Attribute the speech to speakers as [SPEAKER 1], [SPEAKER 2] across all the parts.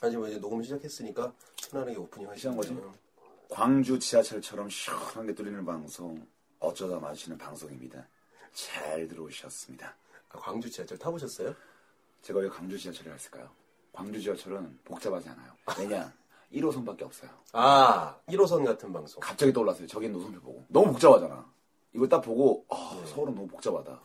[SPEAKER 1] 하지만 이제 녹음 시작했으니까 편안하게 오프닝 하시는
[SPEAKER 2] 시작한 거지?
[SPEAKER 1] 거죠. 음.
[SPEAKER 2] 광주 지하철처럼 시원한 게 뚫리는 방송 어쩌다 마주치는 방송입니다. 잘 들어오셨습니다.
[SPEAKER 1] 아, 광주 지하철 타보셨어요?
[SPEAKER 2] 제가 왜 광주 지하철을 했을까요? 광주 지하철은 복잡하지 않아요. 왜냐? 1호선밖에 없어요.
[SPEAKER 1] 아, 1호선 같은 방송.
[SPEAKER 2] 갑자기 떠올랐어요. 저긴 노선표 보고. 너무 복잡하잖아. 이걸 딱 보고 아, 서울은 너무 복잡하다.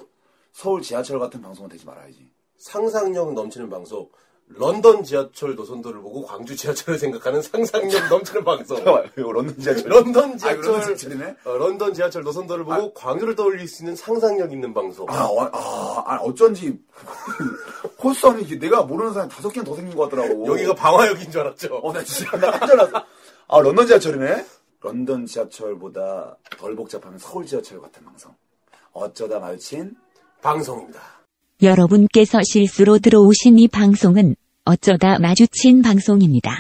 [SPEAKER 2] 서울 지하철 같은 방송은 되지 말아야지.
[SPEAKER 1] 상상력 넘치는 방송. 런던 지하철 노선도를 보고 광주 지하철을 생각하는 상상력 넘치는 방송.
[SPEAKER 2] 잠깐만, 이거 런던 지하철.
[SPEAKER 1] 런던
[SPEAKER 2] 아, 이거 런던
[SPEAKER 1] 지하철,
[SPEAKER 2] 지하철이네?
[SPEAKER 1] 어, 런던 지하철 노선도를 보고 광주를 떠올릴 수 있는 상상력 있는 방송.
[SPEAKER 2] 아, 어, 아, 아, 어쩐지 홀선이 이게 내가 모르는 사람 다섯 개는 더 생긴 것 같더라고.
[SPEAKER 1] 여기가 방화역인 줄 알았죠.
[SPEAKER 2] 어, 나 진짜 나 깜짝 놀랐어. 아, 런던 지하철이네? 런던 지하철보다 덜 복잡하면 서울 지하철 같은 방송. 어쩌다 마주친
[SPEAKER 1] 방송입니다.
[SPEAKER 3] 여러분께서 실수로 들어오신 이 방송은 어쩌다 마주친 방송입니다.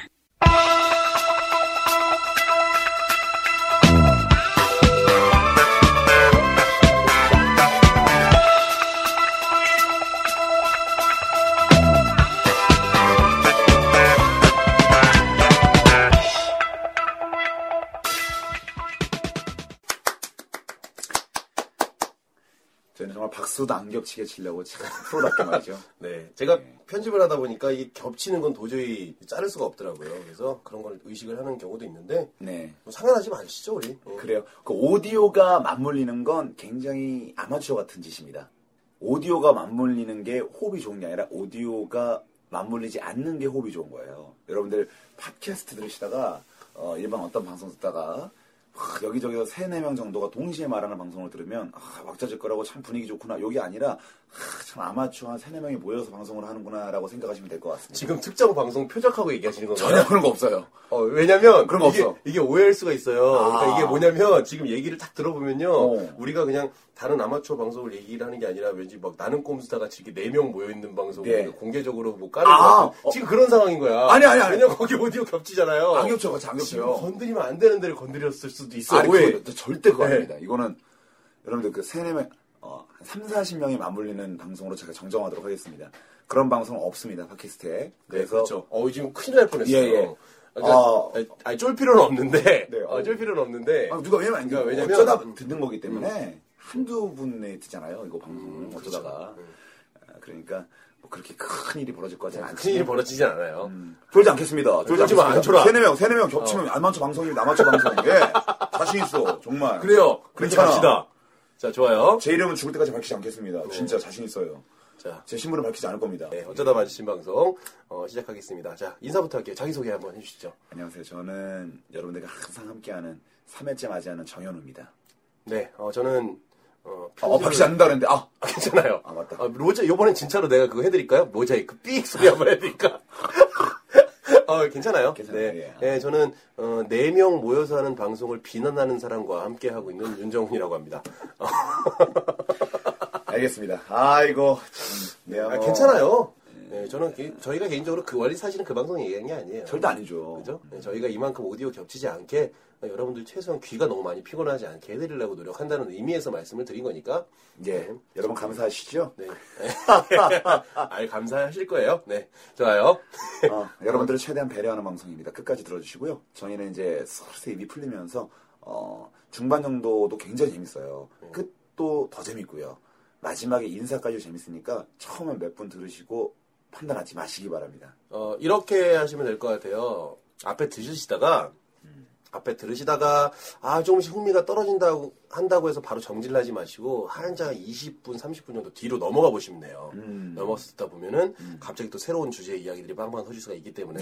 [SPEAKER 2] 저희는 정말 박수도 안 겹치게 치려고 참 프로답게 말이죠.
[SPEAKER 1] 네. 제가 편집을 하다 보니까 이 겹치는 건 도저히 자를 수가 없더라고요. 그래서 그런 걸 의식을 하는 경우도 있는데
[SPEAKER 2] 네.
[SPEAKER 1] 뭐 상관하지 마시죠, 우리. 어.
[SPEAKER 2] 그래요. 그 오디오가 맞물리는 건 굉장히 아마추어 같은 짓입니다. 오디오가 맞물리는 게 호흡이 좋은 게 아니라 오디오가 맞물리지 않는 게 호흡이 좋은 거예요. 여러분들 팟캐스트 들으시다가 어, 일반 어떤 방송 듣다가 하, 여기저기서 세네 명 정도가 동시에 말하는 방송을 들으면 아, 왁자질 거라고 참 분위기 좋구나. 여기 아니라 하, 참 아마추어 한 세네 명이 모여서 방송을 하는구나라고 생각하시면 될 것 같습니다.
[SPEAKER 1] 지금 특정 방송 표적하고 얘기하시는 건가요?
[SPEAKER 2] 전혀 그런 거 없어요.
[SPEAKER 1] 어, 왜냐면
[SPEAKER 2] 그런 거
[SPEAKER 1] 이게,
[SPEAKER 2] 없어.
[SPEAKER 1] 이게 오해할 수가 있어요. 그러니까
[SPEAKER 2] 아.
[SPEAKER 1] 이게 뭐냐면 지금 얘기를 딱 들어보면요.
[SPEAKER 2] 어.
[SPEAKER 1] 우리가 그냥 다른 아마추어 방송을 얘기를 하는 게 아니라 왠지 막 나는 꼼수다 같이 이렇게 네 명 모여 있는 방송을
[SPEAKER 2] 네.
[SPEAKER 1] 우리가 공개적으로 뭐 까는
[SPEAKER 2] 아,
[SPEAKER 1] 거 같은
[SPEAKER 2] 어.
[SPEAKER 1] 지금 그런 상황인 거야.
[SPEAKER 2] 아니, 아니, 아니.
[SPEAKER 1] 왜냐면 거기 오디오 겹치잖아요.
[SPEAKER 2] 안 겹쳐요, 같이 안
[SPEAKER 1] 지금
[SPEAKER 2] 겹쳐요.
[SPEAKER 1] 건드리면 안 되는 데를 건드렸을 수도 있어.
[SPEAKER 2] 아니,
[SPEAKER 1] 오해.
[SPEAKER 2] 그거 절대 그거
[SPEAKER 1] 네.
[SPEAKER 2] 아닙니다. 이거는 여러분들 그 세네 명, 어, 한 3, 40명이 맞물리는 방송으로 제가 정정하도록 하겠습니다. 그런 방송은 없습니다, 팟캐스트에.
[SPEAKER 1] 네,
[SPEAKER 2] 그래서
[SPEAKER 1] 그렇죠. 어, 지금 큰일 날 뻔했어요.
[SPEAKER 2] 예, 예.
[SPEAKER 1] 그러니까,
[SPEAKER 2] 아.
[SPEAKER 1] 아니, 아니, 쫄 필요는 없는데.
[SPEAKER 2] 네,
[SPEAKER 1] 어,
[SPEAKER 2] 어.
[SPEAKER 1] 쫄 필요는 없는데.
[SPEAKER 2] 아, 누가 왜냐면
[SPEAKER 1] 그러니까
[SPEAKER 2] 왜냐면
[SPEAKER 1] 왜냐면- 음.
[SPEAKER 2] 어쩌다 듣는 거기 때문에 한두 분에 듣잖아요, 이거 방송을
[SPEAKER 1] 그렇죠.
[SPEAKER 2] 어쩌다가.
[SPEAKER 1] 네.
[SPEAKER 2] 아, 그러니까 뭐 그렇게 큰 일이 벌어질 거 같지
[SPEAKER 1] 아, 큰
[SPEAKER 2] 않지.
[SPEAKER 1] 일이 벌어지진 않아요.
[SPEAKER 2] 졸지 않겠습니다. 졸지
[SPEAKER 1] 졸지 마,
[SPEAKER 2] 않겠습니다.
[SPEAKER 1] 안 졸아.
[SPEAKER 2] 세네 명, 세네 명 겹치면 아마추어 방송입니다. 아마추어 방송인 게 자신 있어, 정말.
[SPEAKER 1] 그래요. 그렇게
[SPEAKER 2] 괜찮아.
[SPEAKER 1] 합시다. 자, 좋아요.
[SPEAKER 2] 제 이름은 죽을 때까지 밝히지 않겠습니다. 진짜 자신 있어요.
[SPEAKER 1] 네. 자,
[SPEAKER 2] 제 신분을 밝히지 않을 겁니다.
[SPEAKER 1] 네, 어쩌다 마주친 방송 어, 시작하겠습니다. 자, 인사부터 할게요. 자기소개 한번 해주시죠.
[SPEAKER 2] 안녕하세요. 저는 여러분들과 항상 함께하는 3회째 맞이하는 정현우입니다.
[SPEAKER 1] 네, 어, 저는 어,
[SPEAKER 2] 아, 어, 박씨 않는다 그랬는데, 아!
[SPEAKER 1] 아, 괜찮아요.
[SPEAKER 2] 아, 맞다.
[SPEAKER 1] 로제 이번엔 진짜로 내가 그거 해드릴까요? 모자이크 삑 소리 한번 해드릴까? 어, 괜찮아요.
[SPEAKER 2] 괜찮아요.
[SPEAKER 1] 네,
[SPEAKER 2] 예.
[SPEAKER 1] 네, 저는 어, 4명 모여서 하는 방송을 비난하는 사람과 함께 하고 있는 윤정훈이라고 합니다. 어,
[SPEAKER 2] 알겠습니다. 아이고, 참. 네,
[SPEAKER 1] 아,
[SPEAKER 2] 뭐,
[SPEAKER 1] 괜찮아요. 네, 저는 개- 저희가 개인적으로 그 원리 사실은 그 방송 얘기한 게 아니에요.
[SPEAKER 2] 절대 아니죠.
[SPEAKER 1] 그죠? 네, 저희가 이만큼 오디오 겹치지 않게 어, 여러분들 최소한 귀가 너무 많이 피곤하지 않게 해드리려고 노력한다는 의미에서 말씀을 드린 거니까.
[SPEAKER 2] 예. 여러분 감사하시죠?
[SPEAKER 1] 네. 아, 감사하실 거예요. 네. 좋아요.
[SPEAKER 2] 어, 여러분들을 최대한 배려하는 방송입니다. 끝까지 들어주시고요. 저희는 이제 슬슬 입이 풀리면서, 어, 중반 정도도 굉장히 재밌어요. 끝도 더 재밌고요. 마지막에 인사까지 재밌으니까 처음에 몇 분 들으시고 판단하지 마시기 바랍니다.
[SPEAKER 1] 어, 이렇게 하시면 될 것 같아요. 앞에 들으시다가, 앞에 들으시다가, 아, 조금씩 흥미가 떨어진다고, 한다고 해서 바로 정진을 하지 마시고, 한자 20분, 30분 정도 뒤로 넘어가 보시면 돼요. 넘어가 듣다 보면은, 갑자기 또 새로운 주제의 이야기들이 빵빵 터질 수가 있기 때문에,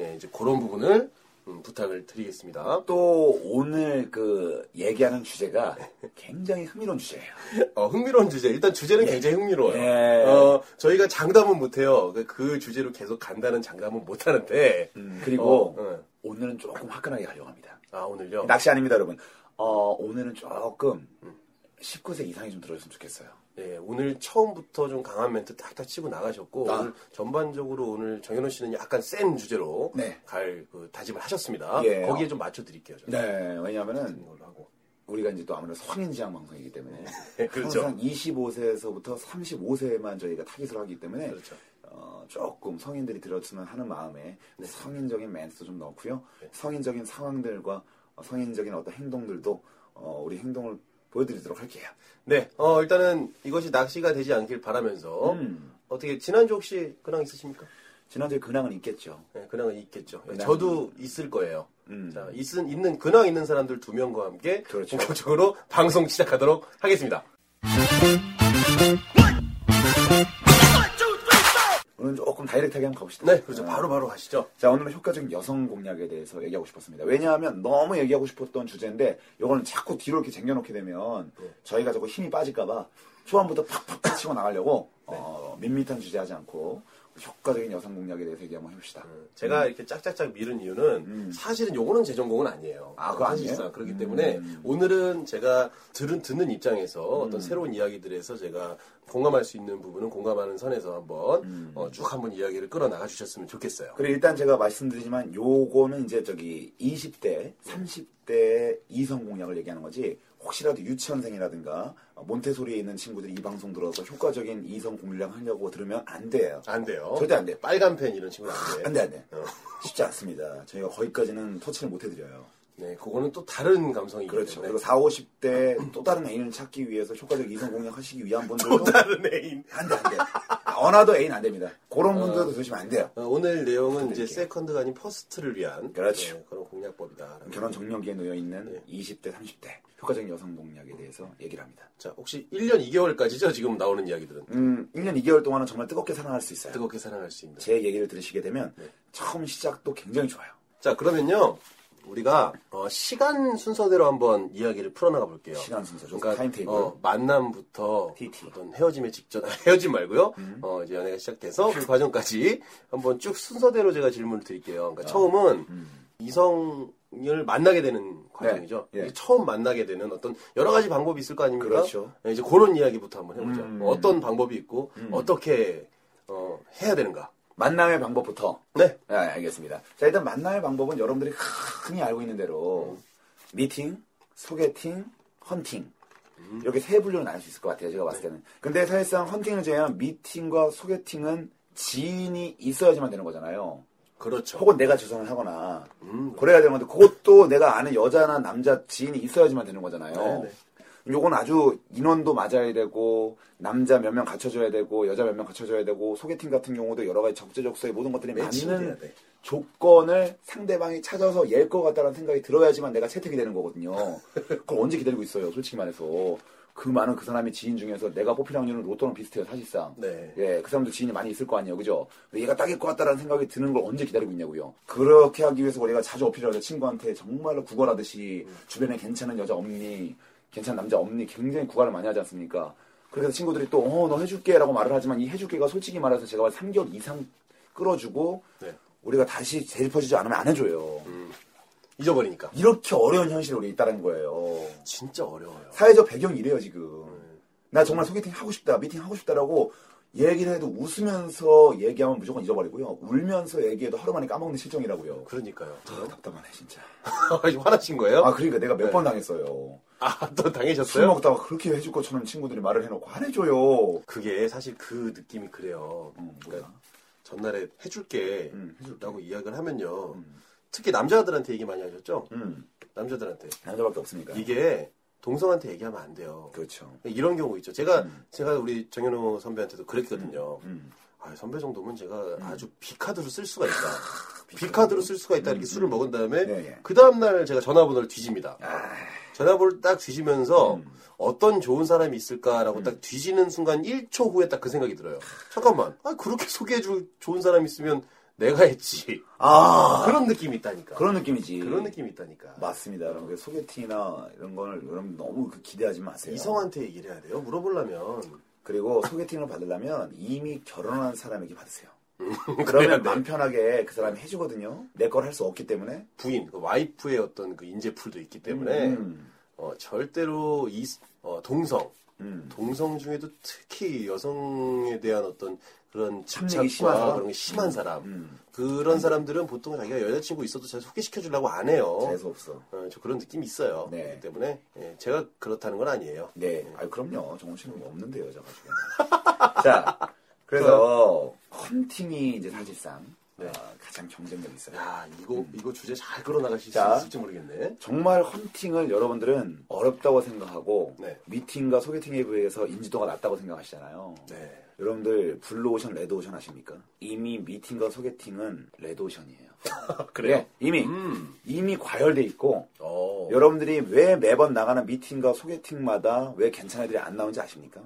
[SPEAKER 1] 예, 이제 그런 부분을 음, 부탁을 드리겠습니다.
[SPEAKER 2] 또 오늘 그 얘기하는 주제가 굉장히 흥미로운 주제예요.
[SPEAKER 1] 어, 흥미로운 주제. 일단 주제는 굉장히 흥미로워요.
[SPEAKER 2] 예.
[SPEAKER 1] 어, 저희가 장담은 못해요. 그- 그 주제로 계속 간다는 장담은 못하는데.
[SPEAKER 2] 음. 그리고
[SPEAKER 1] 어, 어.
[SPEAKER 2] 오늘은 조금 화끈하게 가려고 합니다.
[SPEAKER 1] 아, 오늘요?
[SPEAKER 2] 낚시 아닙니다, 여러분. 어, 오늘은 조금
[SPEAKER 1] 음.
[SPEAKER 2] 19세 이상이 좀 들어줬으면 좋겠어요.
[SPEAKER 1] 예, 오늘 처음부터 좀 강한 멘트 딱딱 치고 나가셨고,
[SPEAKER 2] 아.
[SPEAKER 1] 오늘 전반적으로 오늘 정현호 씨는 약간 센 주제로
[SPEAKER 2] 네.
[SPEAKER 1] 갈 그 다짐을 하셨습니다.
[SPEAKER 2] 예.
[SPEAKER 1] 거기에 좀 맞춰드릴게요. 저는.
[SPEAKER 2] 네, 왜냐면은
[SPEAKER 1] 걸로 하고.
[SPEAKER 2] 우리가 이제 또 아무래도 성인지향 방송이기 때문에
[SPEAKER 1] 네, 그렇죠.
[SPEAKER 2] 항상 25세에서부터 35세만 저희가 타깃을 하기 때문에
[SPEAKER 1] 그렇죠.
[SPEAKER 2] 어, 조금 성인들이 들었으면 하는 마음에
[SPEAKER 1] 네.
[SPEAKER 2] 성인적인 멘트도 좀 넣고요. 성인적인 상황들과 어, 성인적인 어떤 행동들도 어, 우리 행동을 보여드리도록 할게요.
[SPEAKER 1] 네, 어, 일단은 이것이 낚시가 되지 않길 바라면서
[SPEAKER 2] 음.
[SPEAKER 1] 어떻게 지난주 혹시 근황 있으십니까?
[SPEAKER 2] 지난주에 근황은 있겠죠.
[SPEAKER 1] 네, 근황은 있겠죠. 예,
[SPEAKER 2] 근황은-
[SPEAKER 1] 저도 있을 거예요.
[SPEAKER 2] 음.
[SPEAKER 1] 자, 있은 있는 근황 있는 사람들 두 명과 함께
[SPEAKER 2] 그렇죠.
[SPEAKER 1] 본격적으로 방송 시작하도록 하겠습니다.
[SPEAKER 2] 오늘 조금 다이렉트하게 한번 가봅시다.
[SPEAKER 1] 네, 그렇죠. 바로 바로 가시죠.
[SPEAKER 2] 자, 오늘은 효과적인 여성 공략에 대해서 얘기하고 싶었습니다. 왜냐하면 너무 얘기하고 싶었던 주제인데, 이거는 자꾸 뒤로 이렇게 쟁여놓게 되면, 저희가 자꾸 힘이 빠질까봐, 초반부터 팍팍 치고 나가려고, 어, 밋밋한 주제 하지 않고, 효과적인 여성 공략에 대해서 얘기 한번 해봅시다. 음.
[SPEAKER 1] 제가 이렇게 짝짝짝 미룬 이유는 사실은 요거는 제 전공은 아니에요.
[SPEAKER 2] 아, 그거 아니에요? 음,
[SPEAKER 1] 사실상 그렇기 때문에 오늘은 제가 들은 듣는 입장에서 어떤 새로운 이야기들에서 제가 공감할 수 있는 부분은 공감하는 선에서 한번 어, 쭉 한번 이야기를 끌어 나가 주셨으면 좋겠어요.
[SPEAKER 2] 음. 그리고 일단 제가 말씀드리지만, 요거는 이제 저기 20대, 30대 이성 공략을 얘기하는 거지, 혹시라도 유치원생이라든가, 어, 몬테소리에 있는 친구들이 이 방송 들어서 효과적인 이성 공략 하려고 들으면 안 돼요.
[SPEAKER 1] 아, 안 돼요.
[SPEAKER 2] 절대 안 돼요.
[SPEAKER 1] 빨간 펜 이런 친구는 안 돼요.
[SPEAKER 2] 안 돼, 안 돼.
[SPEAKER 1] 어.
[SPEAKER 2] 쉽지 않습니다. 저희가 거기까지는 터치를 못 해드려요.
[SPEAKER 1] 네, 그거는 또 다른 감성이기
[SPEAKER 2] 그렇죠.
[SPEAKER 1] 때문에
[SPEAKER 2] 그리고 40, 50대 또 다른 애인을 찾기 위해서 효과적 이성 공략하시기 위한
[SPEAKER 1] 또
[SPEAKER 2] 분들도
[SPEAKER 1] 다른 애인.
[SPEAKER 2] 안 돼, 안 돼. 어나더 애인 안 됩니다. 그런 분들도 들으시면 안 돼요.
[SPEAKER 1] 어, 오늘 내용은 이제 세컨드가 아닌 퍼스트를 위한
[SPEAKER 2] 그렇죠.
[SPEAKER 1] 네, 그런 공략법이다.
[SPEAKER 2] 결혼 정년기에 놓여 있는
[SPEAKER 1] 네.
[SPEAKER 2] 20대, 30대 효과적인 여성 공략에 대해서 얘기를 합니다.
[SPEAKER 1] 자, 혹시 1년 2개월까지죠? 지금 나오는 이야기들은.
[SPEAKER 2] 음, 1년 2개월 동안은 정말 뜨겁게 사랑할 수 있어요.
[SPEAKER 1] 뜨겁게 사랑할 수 있는.
[SPEAKER 2] 제 얘기를 들으시게 되면
[SPEAKER 1] 네.
[SPEAKER 2] 처음 시작도 굉장히 좋아요.
[SPEAKER 1] 자, 그러면요. 우리가 어, 시간 순서대로 한번 이야기를 풀어나가 볼게요.
[SPEAKER 2] 시간 순서, 좋습니다.
[SPEAKER 1] 그러니까
[SPEAKER 2] 타임테이블.
[SPEAKER 1] 어, 만남부터
[SPEAKER 2] TT.
[SPEAKER 1] 어떤 헤어짐의 직전, 헤어짐 말고요.
[SPEAKER 2] 음.
[SPEAKER 1] 어, 이제 연애가 시작돼서 그 과정까지 한번 쭉 순서대로 제가 질문을 드릴게요.
[SPEAKER 2] 아,
[SPEAKER 1] 그러니까 처음은 이성을 만나게 되는 과정이죠.
[SPEAKER 2] 네, 예.
[SPEAKER 1] 이게 처음 만나게 되는 어떤 여러 가지 방법이 있을 거 아닙니까?
[SPEAKER 2] 그렇죠.
[SPEAKER 1] 네, 이제 그런 이야기부터 한번 해보죠.
[SPEAKER 2] 음.
[SPEAKER 1] 어떤 방법이 있고 어떻게 어, 해야 되는가?
[SPEAKER 2] 만남의 방법부터
[SPEAKER 1] 네,
[SPEAKER 2] 네, 알겠습니다. 자, 일단 만남의 방법은 여러분들이 흔히 알고 있는 대로 미팅, 소개팅, 헌팅 이렇게 세 분류로 나눌 수 있을 것 같아요. 제가 봤을 때는. 근데 사실상 헌팅을 제외한 미팅과 소개팅은 지인이 있어야지만 되는 거잖아요.
[SPEAKER 1] 그렇죠.
[SPEAKER 2] 혹은 내가 주선을 하거나
[SPEAKER 1] 음.
[SPEAKER 2] 그래야 되는 건데 그것도 내가 아는 여자나 남자 지인이 있어야지만 되는 거잖아요.
[SPEAKER 1] 네,
[SPEAKER 2] 요건 아주 인원도 맞아야 되고 남자 몇 명 갖춰줘야 되고 여자 몇 명 갖춰줘야 되고 소개팅 같은 경우도 여러 가지 적재적소에 모든 것들이
[SPEAKER 1] 매칭돼야
[SPEAKER 2] 맞는
[SPEAKER 1] 네, 돼.
[SPEAKER 2] 조건을 상대방이 찾아서 열 것 같다는 생각이 들어야지만 내가 채택이 되는 거거든요. 그걸 언제 기다리고 있어요, 솔직히 말해서. 그 많은 그 사람이 지인 중에서 내가 뽑힐 확률은 로또랑 비슷해요, 사실상.
[SPEAKER 1] 네.
[SPEAKER 2] 예, 그 사람도 지인이 많이 있을 거 아니에요, 그죠? 근데 얘가 딱일 것 같다라는 생각이 드는 걸 언제 기다리고 있냐고요. 그렇게 하기 위해서 우리가 자주 어필을 하죠. 친구한테 정말로 구걸하듯이 주변에 괜찮은 여자 없니, 괜찮은 남자 없니 굉장히 구걸을 많이 하지 않습니까? 그래서 래 친구들이 또, 어, 너 해줄게 라고 말을 하지만 이 해줄게가 솔직히 말해서 제가 3개월 이상 끌어주고
[SPEAKER 1] 네.
[SPEAKER 2] 우리가 다시 되짚어주지 않으면 안 해줘요.
[SPEAKER 1] 잊어버리니까.
[SPEAKER 2] 이렇게 어려운 현실에 우리 있다는 거예요.
[SPEAKER 1] 진짜 어려워요.
[SPEAKER 2] 사회적 배경이 이래요,
[SPEAKER 1] 음.
[SPEAKER 2] 지금. 나 정말 소개팅 하고 싶다, 미팅 하고 싶다라고 얘기를 해도 웃으면서 얘기하면 무조건 잊어버리고요. 울면서 얘기해도 하루 만에 까먹는 실정이라고요.
[SPEAKER 1] 그러니까요.
[SPEAKER 2] 아, 답답하네, 진짜.
[SPEAKER 1] 지금 화나신 거예요?
[SPEAKER 2] 아, 그러니까 내가 몇
[SPEAKER 1] 네.
[SPEAKER 2] 번 당했어요.
[SPEAKER 1] 아, 또
[SPEAKER 2] 술
[SPEAKER 1] 당해셨어요?
[SPEAKER 2] 먹다가 그렇게 해줄 것처럼 친구들이 말을 해놓고 안 해줘요.
[SPEAKER 1] 그게 사실 그 느낌이 그래요. 그러니까 전날에 해줄게
[SPEAKER 2] 음, 해줄게.
[SPEAKER 1] 라고 이야기를 하면요. 특히 남자들한테 얘기 많이 하셨죠?
[SPEAKER 2] 음,
[SPEAKER 1] 남자들한테.
[SPEAKER 2] 남자밖에 없으니까.
[SPEAKER 1] 이게 동성한테 얘기하면 안 돼요.
[SPEAKER 2] 그렇죠.
[SPEAKER 1] 이런 경우 있죠. 제가, 제가 우리 정현우 선배한테도 그랬거든요.
[SPEAKER 2] 음.
[SPEAKER 1] 아, 선배 정도면 제가 아주 비카드로 쓸 수가 있다. 비카드로 쓸 수가 있다. 이렇게 술을 먹은 다음에,
[SPEAKER 2] 네, 네.
[SPEAKER 1] 그 다음날 제가 전화번호를 뒤집니다.
[SPEAKER 2] 아,
[SPEAKER 1] 전화번호를 딱 뒤지면서
[SPEAKER 2] 음.
[SPEAKER 1] 어떤 좋은 사람이 있을까라고 딱 뒤지는 순간 1초 후에 딱 그 생각이 들어요. 잠깐만, 아, 그렇게 소개해줄 좋은 사람 이 있으면 내가 했지.
[SPEAKER 2] 아,
[SPEAKER 1] 그런 느낌이 있다니까.
[SPEAKER 2] 그런 느낌이지.
[SPEAKER 1] 그런 느낌이 있다니까.
[SPEAKER 2] 맞습니다. 여러분 그 소개팅이나 이런 거를 여러분 너무 그 기대하지 마세요.
[SPEAKER 1] 이성한테 얘기를 해야 돼요. 물어보려면.
[SPEAKER 2] 그리고 소개팅을 받으려면 이미 결혼한 사람에게 받으세요. 음, 그러면 마음 편하게 그 사람이 해주거든요. 내 걸 할 수 없기 때문에.
[SPEAKER 1] 부인, 그 와이프의 어떤 그 인재풀도 있기 때문에,
[SPEAKER 2] 음,
[SPEAKER 1] 어, 절대로 이, 어, 동성,
[SPEAKER 2] 음.
[SPEAKER 1] 동성 중에도 특히 여성에 대한 어떤 그런 집착과
[SPEAKER 2] 탐욕이 심한 사람?
[SPEAKER 1] 그런 게 심한 사람
[SPEAKER 2] 음.
[SPEAKER 1] 그런 사람들은 보통 자기가 여자친구 있어도 잘 소개시켜 주려고 안 해요.
[SPEAKER 2] 재수 없어.
[SPEAKER 1] 어, 저 그런 느낌이 있어요.
[SPEAKER 2] 네.
[SPEAKER 1] 그렇기 때문에 예, 제가 그렇다는 건 아니에요.
[SPEAKER 2] 네. 아 그럼요. 정우 씨는 뭐 없는데요, 여자가 지금. 자, 그래서 한 팀이 이제 사실상 어, 가장 경쟁력 있어요.
[SPEAKER 1] 야, 이거, 이거 주제 잘 끌어나가실
[SPEAKER 2] 자.
[SPEAKER 1] 수 있을지 모르겠네.
[SPEAKER 2] 정말 헌팅을 여러분들은 어렵다고 생각하고
[SPEAKER 1] 네.
[SPEAKER 2] 미팅과 소개팅에 비해서 인지도가 낮다고 생각하시잖아요.
[SPEAKER 1] 네.
[SPEAKER 2] 여러분들 블루오션, 레드오션 아십니까? 이미 미팅과 소개팅은 레드오션이에요. 그래요? 이미 이미 과열돼 있고
[SPEAKER 1] 음. 어.
[SPEAKER 2] 여러분들이 왜 매번 나가는 미팅과 소개팅마다 왜 괜찮은 애들이 안 나오는지 아십니까?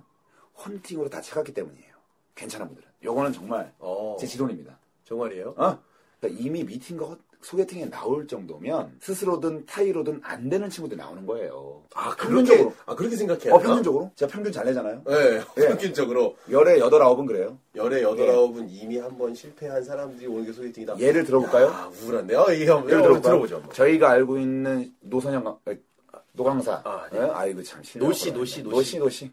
[SPEAKER 2] 헌팅으로 다 채갔기 때문이에요. 괜찮은 분들은. 요거는 정말
[SPEAKER 1] 어.
[SPEAKER 2] 제 지론입니다.
[SPEAKER 1] 정말이에요?
[SPEAKER 2] 어? 그러니까 이미 미팅과 헌- 소개팅에 나올 정도면 스스로든 타이로든 안 되는 친구들 이 나오는 거예요.
[SPEAKER 1] 아, 그렇게,
[SPEAKER 2] 평균적으로.
[SPEAKER 1] 아, 그렇게 생각해요?
[SPEAKER 2] 어, 평균적으로? 제가 평균 잘 내잖아요.
[SPEAKER 1] 네,
[SPEAKER 2] 예.
[SPEAKER 1] 평균적으로.
[SPEAKER 2] 열에 여덟 아홉은 그래요.
[SPEAKER 1] 열의 여덟아홉은 이미 한 번 실패한 사람들이 오는 게 소개팅이다.
[SPEAKER 2] 예를 들어볼까요?
[SPEAKER 1] 아, 우울한데. 어, 예, 한번
[SPEAKER 2] 예를
[SPEAKER 1] 한번
[SPEAKER 2] 들어볼까요?
[SPEAKER 1] 들어보죠. 한번.
[SPEAKER 2] 저희가 알고 있는 노선영 강- 에, 노강사.
[SPEAKER 1] 아,
[SPEAKER 2] 아,
[SPEAKER 1] 네.
[SPEAKER 2] 이고참 실력.
[SPEAKER 1] 노씨, 노씨, 음. 노씨.
[SPEAKER 2] 노씨, 노씨.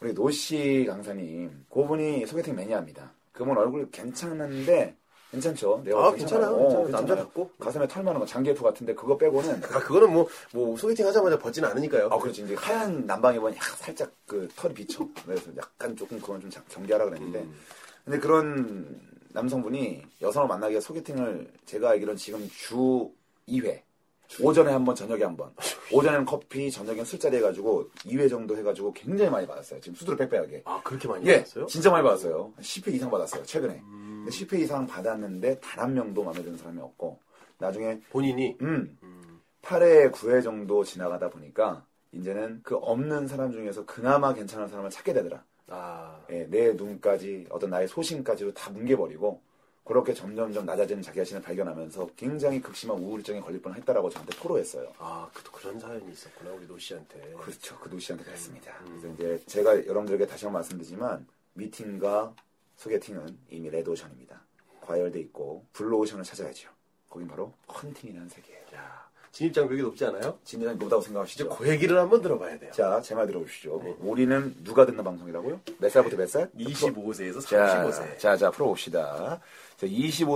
[SPEAKER 2] 우리 노씨 강사님, 그분이 소개팅 매니아입니다. 그분 얼굴 괜찮은데 괜찮죠? 내가
[SPEAKER 1] 아,
[SPEAKER 2] 괜찮아요.
[SPEAKER 1] 괜찮아요.
[SPEAKER 2] 어,
[SPEAKER 1] 괜찮아요. 남자 같고.
[SPEAKER 2] 가슴에 털 많은 거 장기F 같은데 그거 빼고는
[SPEAKER 1] 아, 그거는 뭐, 뭐, 소개팅 하자마자 벗진 않으니까요.
[SPEAKER 2] 아, 그렇지. 이제 하얀 난방에 보면 약간 살짝 그 털이 비쳐. 그래서 약간 조금 그건 좀 자- 경계하라 그랬는데. 근데 그런 남성분이 여성을 만나기 위해 소개팅을 제가 알기로는 지금 주 2회. 오전에 한 번, 저녁에 한 번. 오전에는 커피, 저녁에는 술자리 해가지고 2회 정도 해가지고 굉장히 많이 받았어요. 지금 수두룩 빽빽하게.
[SPEAKER 1] 아, 그렇게 많이
[SPEAKER 2] 예, 음.
[SPEAKER 1] 받았어요?
[SPEAKER 2] 진짜 많이 받았어요. 10회 이상 받았어요, 최근에. 근데 10회 이상 받았는데 단 한 명도 마음에 드는 사람이 없고, 나중에
[SPEAKER 1] 본인이.
[SPEAKER 2] 음. 8회, 9회 정도 지나가다 보니까 이제는 그 없는 사람 중에서 그나마 괜찮은 사람을 찾게 되더라.
[SPEAKER 1] 아,
[SPEAKER 2] 예, 내 눈까지 어떤 나의 소신까지도 다 뭉개버리고 그렇게 점점점 낮아지는 자기 자신을 발견하면서 굉장히 극심한 우울증에 걸릴 뻔했다라고 저한테 토로했어요.
[SPEAKER 1] 아, 그또 그런 사연이 있었구나, 우리 노씨한테.
[SPEAKER 2] 그렇죠. 그 노씨한테 그랬습니다. 그래서 이제 제가 여러분들에게 다시 한번 말씀드리지만 미팅과 소개팅은 이미 레드오션입니다. 과열돼 있고 블루오션을 찾아야죠. 거긴 바로 헌팅이라는 세계예요.
[SPEAKER 1] 야, 진입장벽이 높지 않아요?
[SPEAKER 2] 진단이 높다고
[SPEAKER 1] 이제
[SPEAKER 2] 생각하시죠?
[SPEAKER 1] 그 얘기를 한번 들어봐야 돼요.
[SPEAKER 2] 자, 제 말 들어보시죠. 뭐, 우리는 누가 듣는 방송이라고요? 몇 살부터 몇 살?
[SPEAKER 1] 25세에서
[SPEAKER 2] 자,
[SPEAKER 1] 35세.
[SPEAKER 2] 자, 자, 풀어봅시다. 자,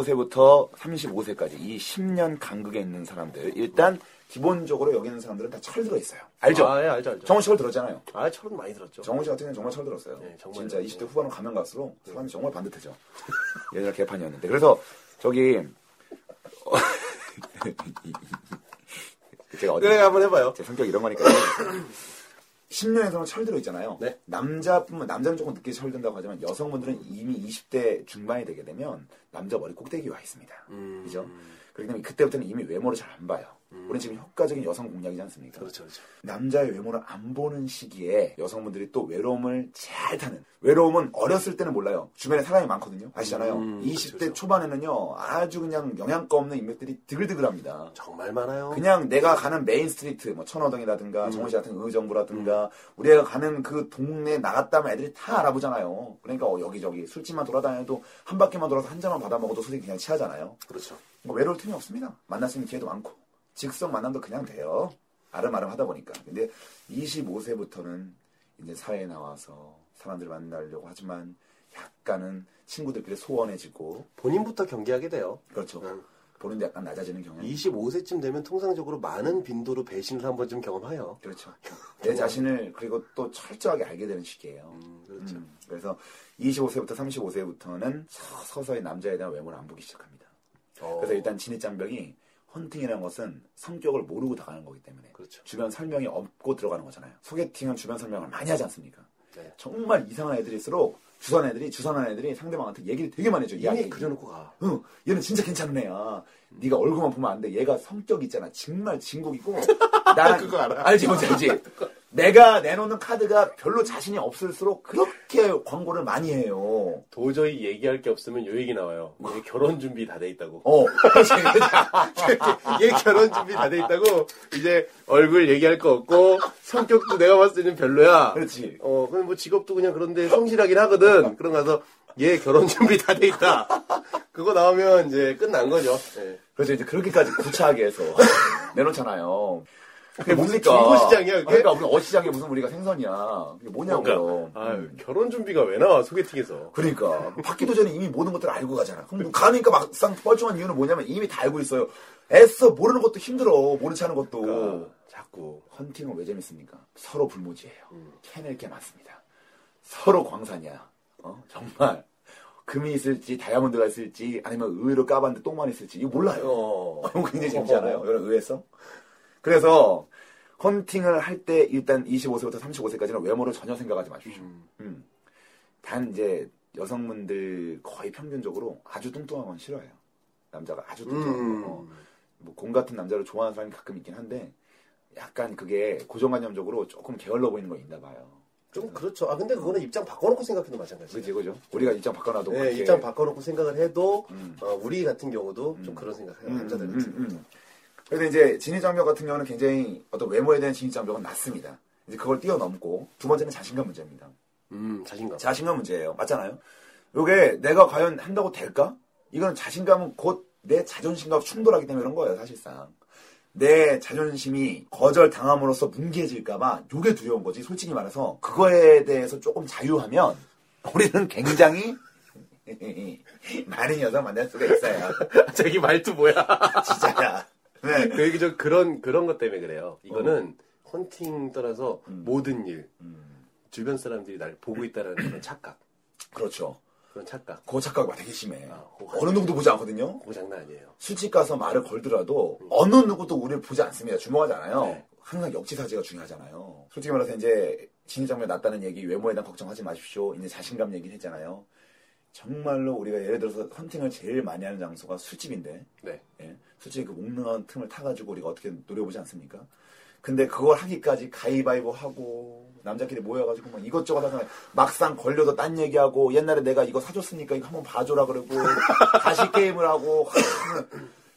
[SPEAKER 2] 25세부터 35세까지 이 10년 간극에 있는 사람들. 일단, 기본적으로 여기 있는 사람들은 다 철들어 있어요. 알죠?
[SPEAKER 1] 아, 예, 알죠, 알죠.
[SPEAKER 2] 정우 씨걸 들었잖아요.
[SPEAKER 1] 아, 철은 많이 들었죠.
[SPEAKER 2] 정우 씨 같은 경우는 정말 철들었어요.
[SPEAKER 1] 네, 정말
[SPEAKER 2] 진짜
[SPEAKER 1] 그렇죠.
[SPEAKER 2] 20대 후반으로 가면 갈수록 사람이 정말 반듯해져. 옛날 개판이었는데. 그래서, 저기, 어, 제가 어디.
[SPEAKER 1] 그래, 네, 한번 해봐요.
[SPEAKER 2] 제 성격 이런 거니까. 10년 이상은 철들어 있잖아요.
[SPEAKER 1] 네.
[SPEAKER 2] 남자뿐만 남자는 조금 늦게 철든다고 하지만 여성분들은 이미 20대 중반이 되게 되면 남자 머리 꼭대기에 와 있습니다.
[SPEAKER 1] 음.
[SPEAKER 2] 그죠? 그렇기 때문에 그때부터는 이미 외모를 잘 안 봐요. 우리는 지금 효과적인 여성 공략이지 않습니까?
[SPEAKER 1] 그렇죠, 그렇죠.
[SPEAKER 2] 남자의 외모를 안 보는 시기에 여성분들이 또 외로움을 잘 타는 외로움은 어렸을 때는 몰라요 주변에 사람이 많거든요 아시잖아요
[SPEAKER 1] 음,
[SPEAKER 2] 20대
[SPEAKER 1] 그렇죠.
[SPEAKER 2] 초반에는요 아주 그냥 영양가 없는 인맥들이 드글드글합니다
[SPEAKER 1] 정말 많아요.
[SPEAKER 2] 그냥 내가 가는 메인 스트리트, 뭐 천호동이라든가 정원시 같은 의정부라든가 우리가 가는 그 동네 나갔다면 애들이 다 알아보잖아요. 그러니까 어, 여기저기 술집만 돌아다녀도 한 바퀴만 돌아서 한 잔만 받아 먹어도 술이 그냥 취하잖아요.
[SPEAKER 1] 그렇죠.
[SPEAKER 2] 뭐 외로울 틈이 없습니다. 만날 수 있는 기회도 많고 직성 만남도 그냥 돼요. 아름아름 하다 보니까. 근데 25세부터는 이제 사회에 나와서 사람들 만나려고 하지만 약간은 친구들끼리 소원해지고
[SPEAKER 1] 본인부터 경계하게 돼요.
[SPEAKER 2] 그렇죠.
[SPEAKER 1] 음.
[SPEAKER 2] 보는데 약간 낮아지는 경향이
[SPEAKER 1] 25세쯤 되면 통상적으로 많은 빈도로 배신을 한 번쯤 경험해요.
[SPEAKER 2] 그렇죠. 내 자신을 그리고 또 철저하게 알게 되는 시기예요.
[SPEAKER 1] 음, 그렇죠.
[SPEAKER 2] 음, 그래서 25세부터 35세부터는 서서히 남자에 대한 외모를 안 보기 시작합니다.
[SPEAKER 1] 어.
[SPEAKER 2] 그래서 일단 진입장벽이 헌팅이라는 것은 성격을 모르고 다가는 거기 때문에
[SPEAKER 1] 그렇죠.
[SPEAKER 2] 주변 설명이 없고 들어가는 거잖아요. 소개팅은 주변 설명을 많이 하지 않습니까?
[SPEAKER 1] 네.
[SPEAKER 2] 정말 이상한 애들일수록 주선 애들이 주선한 애들이 상대방한테 얘기를 되게 많이 해줘.
[SPEAKER 1] 이미 그려놓고 가.
[SPEAKER 2] 응, 얘는 진짜 괜찮은 애야. 네가 얼굴만 보면 안 돼. 얘가 성격 있잖아. 정말 진국이고. 나랑
[SPEAKER 1] 그거 알아.
[SPEAKER 2] 알지 뭔지 알지. 내가 내놓는 카드가 별로 자신이 없을수록 그렇게 광고를 많이 해요.
[SPEAKER 1] 도저히 얘기할 게 없으면 요 얘기 나와요. 얘 결혼 준비 다 돼 있다고.
[SPEAKER 2] 어,
[SPEAKER 1] 얘 결혼 준비 다 돼 있다고. 이제 얼굴 얘기할 거 없고 성격도 내가 봤을 때는 별로야.
[SPEAKER 2] 그렇지.
[SPEAKER 1] 어, 그럼 뭐 직업도 그냥 그런데 성실하긴 하거든. 그럼 가서 얘 결혼 준비 다 돼 있다. 그거 나오면 이제 끝난 거죠. 네.
[SPEAKER 2] 그래서 이제 그렇게까지 구차하게 해서 내놓잖아요. 그게
[SPEAKER 1] 무슨
[SPEAKER 2] 뭡니까?
[SPEAKER 1] 중고시장이야, 그게?
[SPEAKER 2] 그러니까 무슨 어시장에 무슨 우리가 생선이야. 그게 뭐냐고요.
[SPEAKER 1] 그러니까 아유, 결혼 준비가 왜 나와 소개팅에서?
[SPEAKER 2] 그러니까 받기도 전에 이미 모든 것들을 알고 가잖아. 그럼 가니까 막상 뻘쭘한 이유는 뭐냐면 이미 다 알고 있어요. 애써 모르는 것도 힘들어. 모른 체 하는 것도.
[SPEAKER 1] 그러니까 자꾸
[SPEAKER 2] 헌팅은 왜 재밌습니까? 서로 불모지예요. 캐낼 게 많습니다. 서로 광산이야. 어? 정말 금이 있을지 다이아몬드가 있을지 아니면 의외로 까봤는데 똥만 있을지 이거 몰라요.
[SPEAKER 1] 어.
[SPEAKER 2] 이거 굉장히 재밌잖아요. 이런 의외성. 그래서 헌팅을 할 때 일단 25세부터 35세까지는 외모를 전혀 생각하지 마십시오. 음. 단 이제 여성분들 거의 평균적으로 아주 뚱뚱한 건 싫어해요. 남자가 아주 뚱뚱한
[SPEAKER 1] 음.
[SPEAKER 2] 거. 뭐곰 같은 남자를 좋아하는 사람이 가끔 있긴 한데 약간 그게 고정관념적으로 조금 게을러 보이는 거 있나 봐요.
[SPEAKER 1] 좀 그렇죠. 아 근데 그거는 입장 바꿔놓고 생각해도 마찬가지예요.
[SPEAKER 2] 그지 그죠? 우리가 입장 바꿔놔도
[SPEAKER 1] 예,
[SPEAKER 2] 그렇게-
[SPEAKER 1] 입장 바꿔놓고 생각을 해도
[SPEAKER 2] 음.
[SPEAKER 1] 어, 우리 같은 경우도 좀 그런 생각해요. 네, 남자들 같은 경우.
[SPEAKER 2] 음. 근데 이제 진입장벽 같은 경우는 굉장히 어떤 외모에 대한 진입장벽은 낮습니다. 이제 그걸 뛰어넘고 두 번째는 자신감 문제입니다.
[SPEAKER 1] 음, 자신감.
[SPEAKER 2] 자신감 문제예요. 맞잖아요. 요게 내가 과연 한다고 될까? 이건 자신감은 곧 내 자존심과 충돌하기 때문에 그런 거예요, 사실상. 내 자존심이 거절당함으로써 뭉개질까봐 요게 두려운 거지, 솔직히 말해서. 그거에 대해서 조금 자유하면 우리는 굉장히 많은 여성 만날 수가 있어요.
[SPEAKER 1] 자기 말투 뭐야?
[SPEAKER 2] 진짜야. 네.
[SPEAKER 1] 그 얘기 좀 그런 그런 것 때문에
[SPEAKER 2] 어.
[SPEAKER 1] 그래요. 이거는 헌팅 떠나서
[SPEAKER 2] 음.
[SPEAKER 1] 모든 일 주변 사람들이 날 보고 있다라는 그런 착각,
[SPEAKER 2] 그렇죠.
[SPEAKER 1] 그런 착각.
[SPEAKER 2] 그거 착각이 되게 심해.
[SPEAKER 1] 아, 그거
[SPEAKER 2] 어느 누구도 보지 않거든요.
[SPEAKER 1] 그거 장난 아니에요.
[SPEAKER 2] 술집 가서 말을 걸더라도 어느 누구도 우리를 보지 않습니다. 주목하잖아요.
[SPEAKER 1] 네.
[SPEAKER 2] 항상 역지사지가 중요하잖아요. 솔직히 말해서 이제 진입장벽 낮다는 얘기, 외모에 대한 걱정하지 마십시오. 이제 자신감 얘기를 했잖아요. 정말로 우리가 예를 들어서 헌팅을 제일 많이 하는 장소가 술집인데
[SPEAKER 1] 네.
[SPEAKER 2] 예. 솔직히 그 목능한 틈을 타가지고 우리가 어떻게 노려보지 않습니까? 근데 그걸 하기까지 가위바위보 하고 남자끼리 모여가지고 막 이것저것 하잖아요. 막상 걸려서 딴 얘기하고 옛날에 내가 이거 사줬으니까 이거 한번 봐줘라 그러고 다시 게임을 하고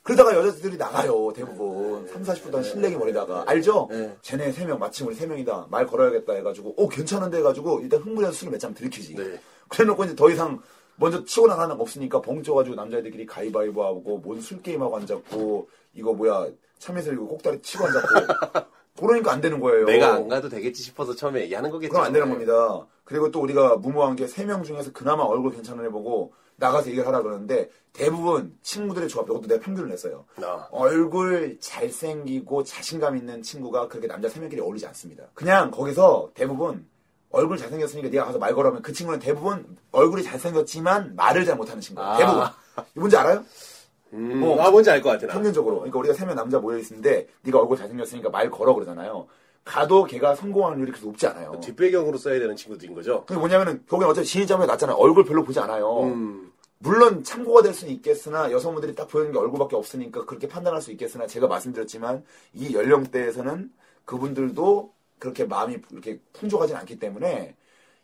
[SPEAKER 2] 그러다가 여자들이 나가요 대부분 3, 40분 동안 실내기 머리다가 알죠?
[SPEAKER 1] 네.
[SPEAKER 2] 쟤네 3명 마침 우리 3명이다 말 걸어야겠다 해가지고 오 괜찮은데 해가지고 일단 흥분해서 술을 몇 잔 들키지
[SPEAKER 1] 네.
[SPEAKER 2] 그래놓고 이제 더 이상 먼저 치고 나가는 거 없으니까 벙쪄가지고 남자애들끼리 가위바위보 하고 뭔 술 게임하고 앉았고 이거 뭐야 참외서 이거 꼭다리 치고 앉았고 그러니까 안 되는 거예요.
[SPEAKER 1] 내가 안 가도 되겠지 싶어서 처음에 얘기하는 거겠죠.
[SPEAKER 2] 그럼 안 되는
[SPEAKER 1] 네.
[SPEAKER 2] 겁니다. 그리고 또 우리가 무모한 게 세 명 중에서 그나마 얼굴 괜찮은 애 보고 나가서 얘기를 하라 그러는데 대부분 친구들의 조합 이것도 내가 평균을 냈어요.
[SPEAKER 1] 아.
[SPEAKER 2] 얼굴 잘생기고 자신감 있는 친구가 그렇게 남자 세명끼리 어울리지 않습니다. 그냥 거기서 대부분 얼굴 잘생겼으니까 네가 가서 말 걸으면 그 친구는 대부분 얼굴이 잘생겼지만 말을 잘 못하는 친구예요.
[SPEAKER 1] 아.
[SPEAKER 2] 대부분. 이거 뭔지 알아요?
[SPEAKER 1] 음,
[SPEAKER 2] 어.
[SPEAKER 1] 아 뭔지 알 것 같아 나.
[SPEAKER 2] 평균적으로. 그러니까 우리가 세 명 남자 모여있는데 네가 얼굴 잘생겼으니까 말 걸어 그러잖아요. 가도 걔가 성공하는 률이 그렇게 높지 않아요.
[SPEAKER 1] 뒷배경으로 써야 되는 친구들인 거죠.
[SPEAKER 2] 그게 뭐냐면은 거기 어차피 진입장벽이 낮잖아요. 얼굴 별로 보지 않아요.
[SPEAKER 1] 음.
[SPEAKER 2] 물론 참고가 될 수는 있겠으나 여성분들이 딱 보이는 게 얼굴밖에 없으니까 그렇게 판단할 수 있겠으나 제가 말씀드렸지만 이 연령대에서는 그분들도 그렇게 마음이 이렇게 풍족하진 않기 때문에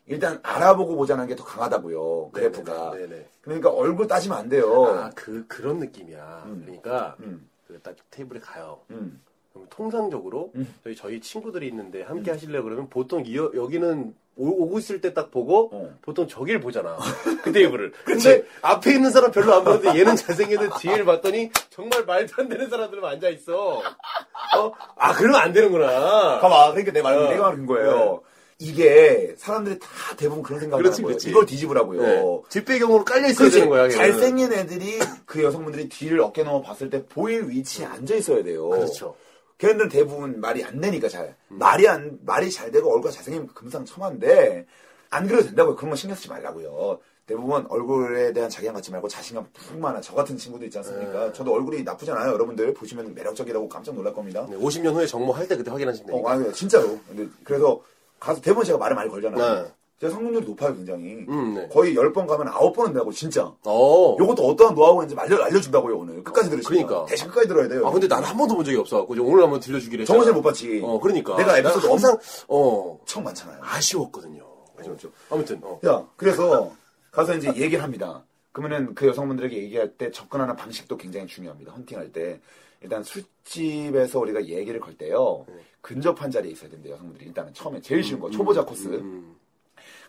[SPEAKER 2] 일단 알아보고 보자는 게 더 강하다고요. 그래프가.
[SPEAKER 1] 네네, 네네.
[SPEAKER 2] 그러니까 얼굴 따지면 안 돼요.
[SPEAKER 1] 아그 그런 느낌이야. 그러니까
[SPEAKER 2] 음.
[SPEAKER 1] 그딱 테이블에 가요.
[SPEAKER 2] 음.
[SPEAKER 1] 그럼 통상적으로 저희 저희 친구들이 있는데 함께 하실래요? 그러면 보통 이, 여- 여기는 오, 고 있을 때 딱 보고
[SPEAKER 2] 어.
[SPEAKER 1] 보통 저길 보잖아 그 테이블을 근데 앞에 있는 사람 별로 안 보는데 얘는 잘생겼는데 뒤를 봤더니 정말 말도 안 되는 사람들만 앉아있어 어? 아 그러면 안 되는구나
[SPEAKER 2] 봐봐. 그러니까 내 말은
[SPEAKER 1] 어.
[SPEAKER 2] 내가 말한 거예요. 네. 이게 사람들이 다 대부분 그런 생각을
[SPEAKER 1] 그렇지,
[SPEAKER 2] 하는 거예요.
[SPEAKER 1] 그렇지.
[SPEAKER 2] 이걸 뒤집으라고요.
[SPEAKER 1] 네. 뒷배경으로 깔려있어야
[SPEAKER 2] 그렇지.
[SPEAKER 1] 되는 거야 걔는.
[SPEAKER 2] 잘생긴 애들이 그 여성분들이 뒤를 어깨 넘어 봤을 때 보일 위치에 앉아 있어야 돼요.
[SPEAKER 1] 그렇죠. 음.
[SPEAKER 2] 걔네들은 대부분 말이 안 되니까 잘. 말이 안, 말이 잘 되고 얼굴 잘생기면 금상첨화인데, 안 그래도 된다고요. 그런 거 신경 쓰지 말라고요. 대부분 얼굴에 대한 자기감 갖지 말고 자신감 푹 많아. 저 같은 친구도 있지 않습니까?
[SPEAKER 1] 네.
[SPEAKER 2] 저도 얼굴이 나쁘지 않아요. 여러분들 보시면 매력적이라고 깜짝 놀랄 겁니다.
[SPEAKER 1] 네, 50년 후에 정모할 때 그때 확인하시면 되니까
[SPEAKER 2] 어, 아니, 진짜로. 근데 그래서 가서 대부분 제가 말을 많이 걸잖아요.
[SPEAKER 1] 네.
[SPEAKER 2] 제가 성능률이 높아요, 굉장히.
[SPEAKER 1] 음, 네.
[SPEAKER 2] 거의 10번 가면 9번은 되고, 진짜.
[SPEAKER 1] 어.
[SPEAKER 2] 요것도 어떠한 노하우인지 알려, 알려준다고요, 오늘. 끝까지 들으시면.
[SPEAKER 1] 그러니까.
[SPEAKER 2] 대신 끝까지 들어야 돼요.
[SPEAKER 1] 아 근데 난 한 번도 본 적이 없어갖고 이제 오늘 한번 들려주기로 했잖아
[SPEAKER 2] 정신을 못 봤지.
[SPEAKER 1] 어 그러니까
[SPEAKER 2] 내가 에피소드
[SPEAKER 1] 난 항상 어
[SPEAKER 2] 엄청 많잖아요.
[SPEAKER 1] 아쉬웠거든요.
[SPEAKER 2] 맞죠, 맞죠.
[SPEAKER 1] 아무튼 어.
[SPEAKER 2] 야, 그래서 가서 이제 얘기를 합니다. 그러면은 그 여성분들에게 얘기할 때 접근하는 방식도 굉장히 중요합니다. 헌팅할 때. 일단 술집에서 우리가 얘기를 걸 때요. 근접한 자리에 있어야 된대요, 여성분들이. 일단은 처음에 제일 쉬운 거. 초보자 코스.
[SPEAKER 1] 음,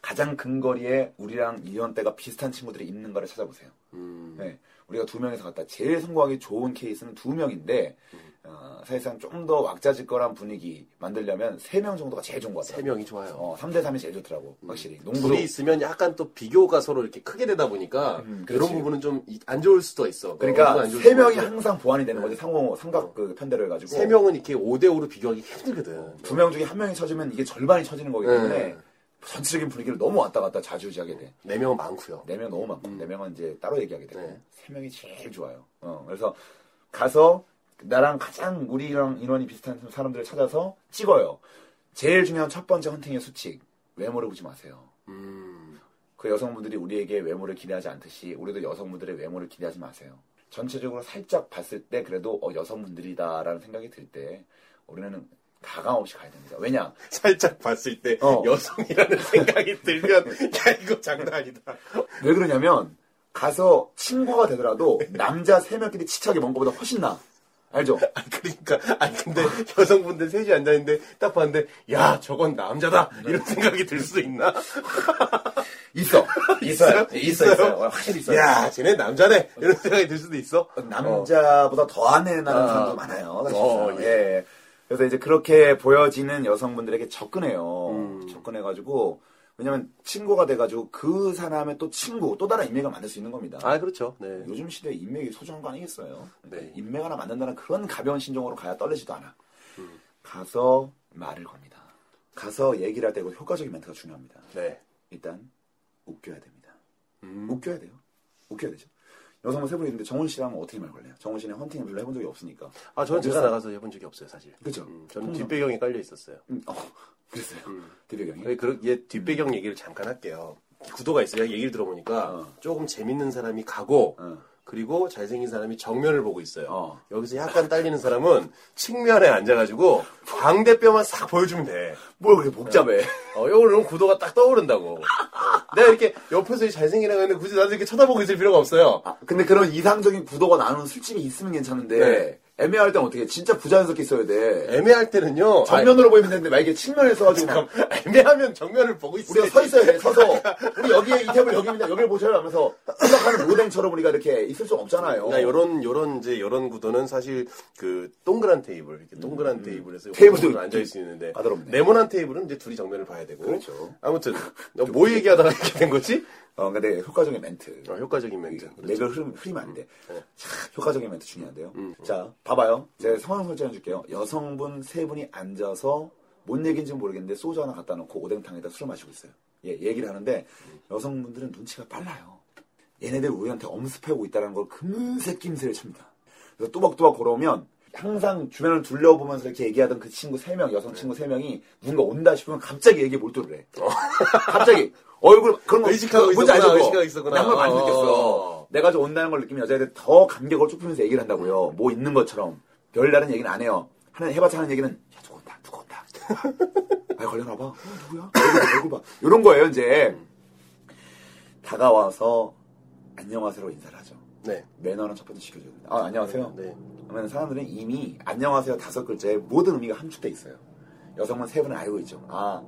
[SPEAKER 2] 가장 근거리에 우리랑 이연대가 비슷한 친구들이 있는가를 찾아보세요.
[SPEAKER 1] 음.
[SPEAKER 2] 네, 우리가 두 명이서 갔다. 제일 성공하기 좋은 케이스는 두 명인데,
[SPEAKER 1] 음.
[SPEAKER 2] 어, 사실상 좀 더 왁자지껄한 분위기 만들려면 세 명 정도가 제일 좋은 것 같아요.
[SPEAKER 1] 세 명이 좋아요. 음.
[SPEAKER 2] 어, 3대 3이 제일 좋더라고. 확실히. 농구도
[SPEAKER 1] 둘이 있으면 약간 또 비교가 서로 이렇게 크게 되다 보니까 이런
[SPEAKER 2] 음, 그렇지.
[SPEAKER 1] 부분은 좀 안 좋을 수도 있어.
[SPEAKER 2] 그러니까
[SPEAKER 1] 어느 정도 안 좋을 네.
[SPEAKER 2] 세
[SPEAKER 1] 수도
[SPEAKER 2] 명이
[SPEAKER 1] 있어.
[SPEAKER 2] 항상 보완이 되는 거지 상호 삼각 그 편대를 가지고
[SPEAKER 1] 세 명은 이렇게 5대 5로 비교하기 힘들거든.
[SPEAKER 2] 두 명 중에 한 명이 쳐지면 이게 절반이 쳐지는 거기 때문에
[SPEAKER 1] 네.
[SPEAKER 2] 전체적인 분위기를 너무 왔다 갔다 자주 유지하게 돼.
[SPEAKER 1] 네 명은 많고요.
[SPEAKER 2] 네 명 너무 많고 네 명은 이제 따로 얘기하게 되고
[SPEAKER 1] 음. 네.
[SPEAKER 2] 세 명이 제일 좋아요. 어, 그래서 가서 나랑 가장 우리랑 인원이 비슷한 사람들을 찾아서 찍어요. 제일 중요한 첫 번째 헌팅의 수칙 외모를 보지 마세요.
[SPEAKER 1] 음,
[SPEAKER 2] 그 여성분들이 우리에게 외모를 기대하지 않듯이 우리도 여성분들의 외모를 기대하지 마세요. 전체적으로 살짝 봤을 때 그래도 어, 여성분들이다라는 생각이 들 때 우리는 가감 없이 가야 됩니다. 왜냐?
[SPEAKER 1] 살짝 봤을 때
[SPEAKER 2] 어.
[SPEAKER 1] 여성이라는 생각이 들면 야 이거 장난 아니다.
[SPEAKER 2] 왜 그러냐면 가서 친구가 되더라도 남자 세 명끼리 치차게 먹는 것보다 훨씬 나. 알죠?
[SPEAKER 1] 아, 그러니까 아니 근데 여성분들 셋이 앉아 있는데 딱 봤는데 야 저건 남자다 이런 생각이 들 수도 있나?
[SPEAKER 2] 있어. 있어요. 있어요. 있어요.
[SPEAKER 1] 있어요?
[SPEAKER 2] 확실히 있어요.
[SPEAKER 1] 야 쟤네 남자네 이런 생각이 들 수도 있어.
[SPEAKER 2] 남자보다 더안 해나가는
[SPEAKER 1] 아.
[SPEAKER 2] 사람도 많아요. 사실.
[SPEAKER 1] 어,
[SPEAKER 2] 예. 그래서 이제 그렇게 보여지는 여성분들에게 접근해요.
[SPEAKER 1] 음.
[SPEAKER 2] 접근해가지고 왜냐면 친구가 돼가지고 그 사람의 또 친구, 또 다른 인맥을 만들 수 있는 겁니다.
[SPEAKER 1] 아 그렇죠. 네.
[SPEAKER 2] 요즘 시대에 인맥이 소중한 거 아니겠어요?
[SPEAKER 1] 네.
[SPEAKER 2] 인맥 하나 만든다는 그런 가벼운 심정으로 가야 떨리지도 않아.
[SPEAKER 1] 음.
[SPEAKER 2] 가서 말을 겁니다. 가서 얘기를 할 때 이거 효과적인 멘트가 중요합니다.
[SPEAKER 1] 네.
[SPEAKER 2] 일단 웃겨야 됩니다.
[SPEAKER 1] 음.
[SPEAKER 2] 웃겨야 돼요. 웃겨야 되죠. 여성분 세 분이 있는데 정훈 씨랑 어떻게 말 걸래요? 정훈 씨는 헌팅을 별로 해본 적이 없으니까.
[SPEAKER 1] 아 저는 제가
[SPEAKER 2] 그래서-
[SPEAKER 1] 나가서 해본 적이 없어요 사실.
[SPEAKER 2] 그죠?
[SPEAKER 1] 음, 저는
[SPEAKER 2] 통상.
[SPEAKER 1] 뒷배경이 깔려 있었어요.
[SPEAKER 2] 음, 어, 그랬어요. 대배경이.
[SPEAKER 1] 그, 그, 얘 뒷배경 얘기를 잠깐 할게요. 구도가 있어요. 얘기를 들어보니까
[SPEAKER 2] 어.
[SPEAKER 1] 조금 재밌는 사람이 가고
[SPEAKER 2] 어.
[SPEAKER 1] 그리고 잘생긴 사람이 정면을 보고 있어요.
[SPEAKER 2] 어.
[SPEAKER 1] 여기서 약간 딸리는 사람은 측면에 앉아가지고 광대뼈만 싹 보여주면 돼.
[SPEAKER 2] 뭘 그렇게 복잡해?
[SPEAKER 1] 어, 요런 구도가 딱 떠오른다고. 어. 내가 이렇게 옆에서 이 잘생기라고 했는데 굳이 나도 이렇게 쳐다보고 있을 필요가 없어요.
[SPEAKER 2] 아, 근데 그런 이상적인 구도가 나오는 술집이 있으면 괜찮은데
[SPEAKER 1] 네.
[SPEAKER 2] 애매할 땐 어떻게? 해? 진짜 부자연스럽게 있어야 돼.
[SPEAKER 1] 애매할 때는요.
[SPEAKER 2] 정면으로 보이면 되는데 만약에 측면에 서가지고
[SPEAKER 1] 아니, 잠깐, 애매하면 정면을 보고 있어요.
[SPEAKER 2] 우리가 서 있어야 돼. 서서 우리 여기에 이 테이블 여기입니다. 여기를 보셔요 하면서 생각하는 로댕처럼 우리가 네, 이렇게 있을 수 없잖아요.
[SPEAKER 1] 그러니까 요런 요런 이제 요런 구도는 사실 그 동그란 테이블 이렇게 동그란 테이블에서
[SPEAKER 2] 음. 테이블도
[SPEAKER 1] 앉아 있을 수 있는데
[SPEAKER 2] 까다롭네.
[SPEAKER 1] 네모난 테이블은 이제 둘이 정면을 봐야 되고
[SPEAKER 2] 그렇죠.
[SPEAKER 1] 아무튼 어, 뭐 얘기하다가 이렇게 된 거지?
[SPEAKER 2] 어, 근데 아, 효과적인 멘트.
[SPEAKER 1] 어, 효과적인 멘트.
[SPEAKER 2] 레벨 흐름, 흐리면 안 돼. 참 효과적인 멘트 중요한데요. 자, 봐봐요. 제가 상황 설정해 줄게요. 여성분 세 분이 앉아서 뭔 얘기인지 는 모르겠는데 소주 하나 갖다 놓고 오뎅탕에다 술을 마시고 있어요. 예, 얘기를 하는데 여성분들은 눈치가 빨라요. 얘네들 우리한테 엄습하고 있다는 걸 금세 낌새를 찹니다. 그래서 뚜벅뚜벅 걸어오면 항상 주변을 둘러보면서 이렇게 얘기하던 그 친구 세명 여성 친구 세명이 누군가 온다 싶으면 갑자기 얘기에 몰두를 해. 갑자기 얼굴 그런 거
[SPEAKER 1] 어. 의식하고
[SPEAKER 2] 뭔지 알죠?
[SPEAKER 1] 있었구나,
[SPEAKER 2] 그거?
[SPEAKER 1] 의식하고 있었구나.
[SPEAKER 2] 난 걸 많이 느꼈어.
[SPEAKER 1] 어.
[SPEAKER 2] 내가 좀 온다는 걸 느끼면 여자애들 더 감격을 좁히면서 얘기를 한다고요. 뭐 있는 것처럼. 별다른 얘기는 안 해요. 하는, 해봤자 하는 얘기는, 야, 누구 온다, 누구 온다. 아, 걸려나 봐. 어, 누구야? 얼굴 봐, 얼굴 봐. 이런 거예요, 이제. 다가와서, 안녕하세요 인사를 하죠.
[SPEAKER 1] 네.
[SPEAKER 2] 매너는 첫 번째 지켜줘야 됩니다. 아, 안녕하세요.
[SPEAKER 1] 네.
[SPEAKER 2] 그러면 사람들은 이미 안녕하세요 다섯 글자에 모든 의미가 함축돼 있어요. 여성은 세 분을 알고 있죠. 아,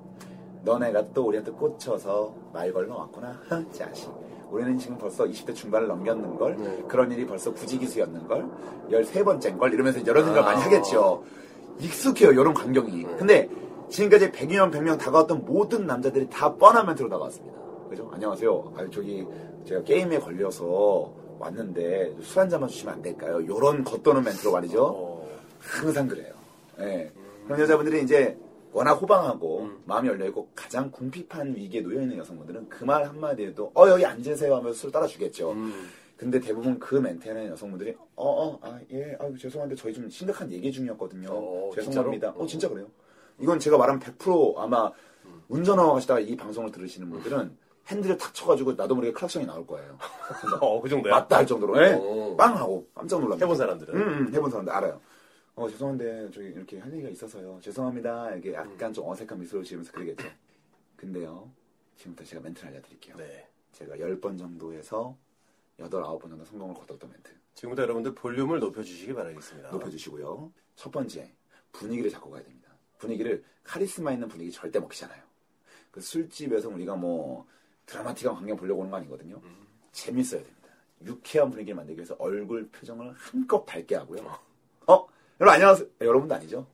[SPEAKER 2] 너네가 또 우리한테 꽂혀서 말 걸러 왔구나. 하, 자식. 우리는 지금 벌써 20대 중반을 넘겼는 걸,
[SPEAKER 1] 네.
[SPEAKER 2] 그런 일이 벌써 부지기수였는 걸, 13번째인 걸, 이러면서 이제 여러 생각 을 많이
[SPEAKER 1] 아.
[SPEAKER 2] 하겠죠. 익숙해요, 이런 광경이. 근데 지금까지 100여 명, 100명 다가왔던 모든 남자들이 다 뻔한 멘트로 다가왔습니다. 그죠? 안녕하세요. 아, 저기, 제가 게임에 걸려서 왔는데 술 한 잔만 주시면 안 될까요? 요런 겉도는 멘트로 말이죠.
[SPEAKER 1] 어,
[SPEAKER 2] 항상 그래요. 예. 그런 여자분들이 이제 워낙 호방하고 마음이 열려있고 가장 궁핍한 위기에 놓여있는 여성분들은 그 말 한마디에도 어, 여기 앉으세요 하면서 술 따라주겠죠.
[SPEAKER 1] 음.
[SPEAKER 2] 근데 대부분 그 멘트는 여성분들이 어, 어, 아, 예, 아 죄송한데 저희 좀 심각한 얘기 중이었거든요.
[SPEAKER 1] 어, 음.
[SPEAKER 2] 죄송합니다.
[SPEAKER 1] 진짜로?
[SPEAKER 2] 어, 진짜 그래요. 이건 제가 말하면 100% 아마 운전하고 가시다가 이 방송을 들으시는 분들은 핸들을 탁 쳐가지고 나도 모르게 클락션이 나올 거예요. 그래서
[SPEAKER 1] 어, 그 정도야.
[SPEAKER 2] 맞다 할 정도로 예.
[SPEAKER 1] 어.
[SPEAKER 2] 빵 하고 깜짝 놀랍니다.
[SPEAKER 1] 해본 사람들은.
[SPEAKER 2] 음, 음, 해본 사람들 알아요. 어 죄송한데 저기 이렇게 할 얘기가 있어서요. 죄송합니다. 이게 약간 좀 어색한 미소를 지으면서 그러겠죠. 근데요 지금부터 제가 멘트를 알려드릴게요.
[SPEAKER 1] 네.
[SPEAKER 2] 제가 10번 정도에서 8, 9번 정도 성공을 거뒀던 멘트
[SPEAKER 1] 지금부터 여러분들 볼륨을 높여주시기 바라겠습니다.
[SPEAKER 2] 높여주시고요. 첫 번째 분위기를 잡고 가야 됩니다. 분위기를 카리스마 있는 분위기 절대 먹히잖아요. 그 술집에서 우리가 뭐 드라마틱한 광경 보려고 하는 거 아니거든요.
[SPEAKER 1] 음.
[SPEAKER 2] 재밌어야 됩니다. 유쾌한 분위기를 만들기 위해서 얼굴 표정을 한껏 밝게 하고요. 어? 여러분 안녕하세요. 아, 여러분도 아니죠?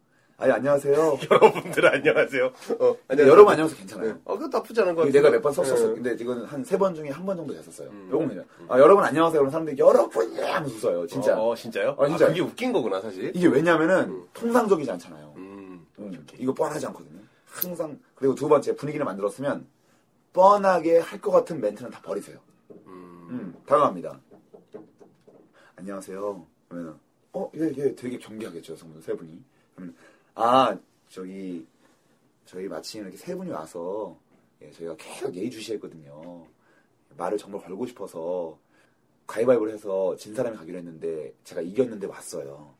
[SPEAKER 2] 아니 안녕하세요.
[SPEAKER 1] 여러분들 안녕하세요. 어,
[SPEAKER 2] 근데
[SPEAKER 1] 안녕하세요.
[SPEAKER 2] 여러분 안녕하세요 괜찮아요.
[SPEAKER 1] 네. 어, 그거 나쁘지 않은 것
[SPEAKER 2] 이거
[SPEAKER 1] 같아요.
[SPEAKER 2] 내가 몇 번 썼었어.
[SPEAKER 1] 네. 음.
[SPEAKER 2] 근데 이거는 한 세 번 중에 한 번 정도 됐었어요. 요건 그냥. 아, 여러분 안녕하세요. 그럼 사람들이 여러분이 하면서 웃어요. 진짜.
[SPEAKER 1] 어, 음. 어, 진짜요?
[SPEAKER 2] 어, 진짜요.
[SPEAKER 1] 아, 그게 웃긴 거구나, 사실.
[SPEAKER 2] 이게 왜냐면은 통상적이지 않잖아요.
[SPEAKER 1] 음.
[SPEAKER 2] 음, 이거 뻔하지 않거든요. 항상 그리고 두 번째 분위기를 만들었으면 뻔하게 할 것 같은 멘트는 다 버리세요. 음, 다가갑니다. 안녕하세요. 그러면 어, 예, 예, 되게 경계하겠죠, 성분 세 분이. 그러면 아, 저기 저희 마침 이렇게 세 분이 와서 예, 저희가 계속 예의주시했거든요. 말을 정말 걸고 싶어서 가위바위보를 해서 진 사람이 가기로 했는데 제가 이겼는데 왔어요.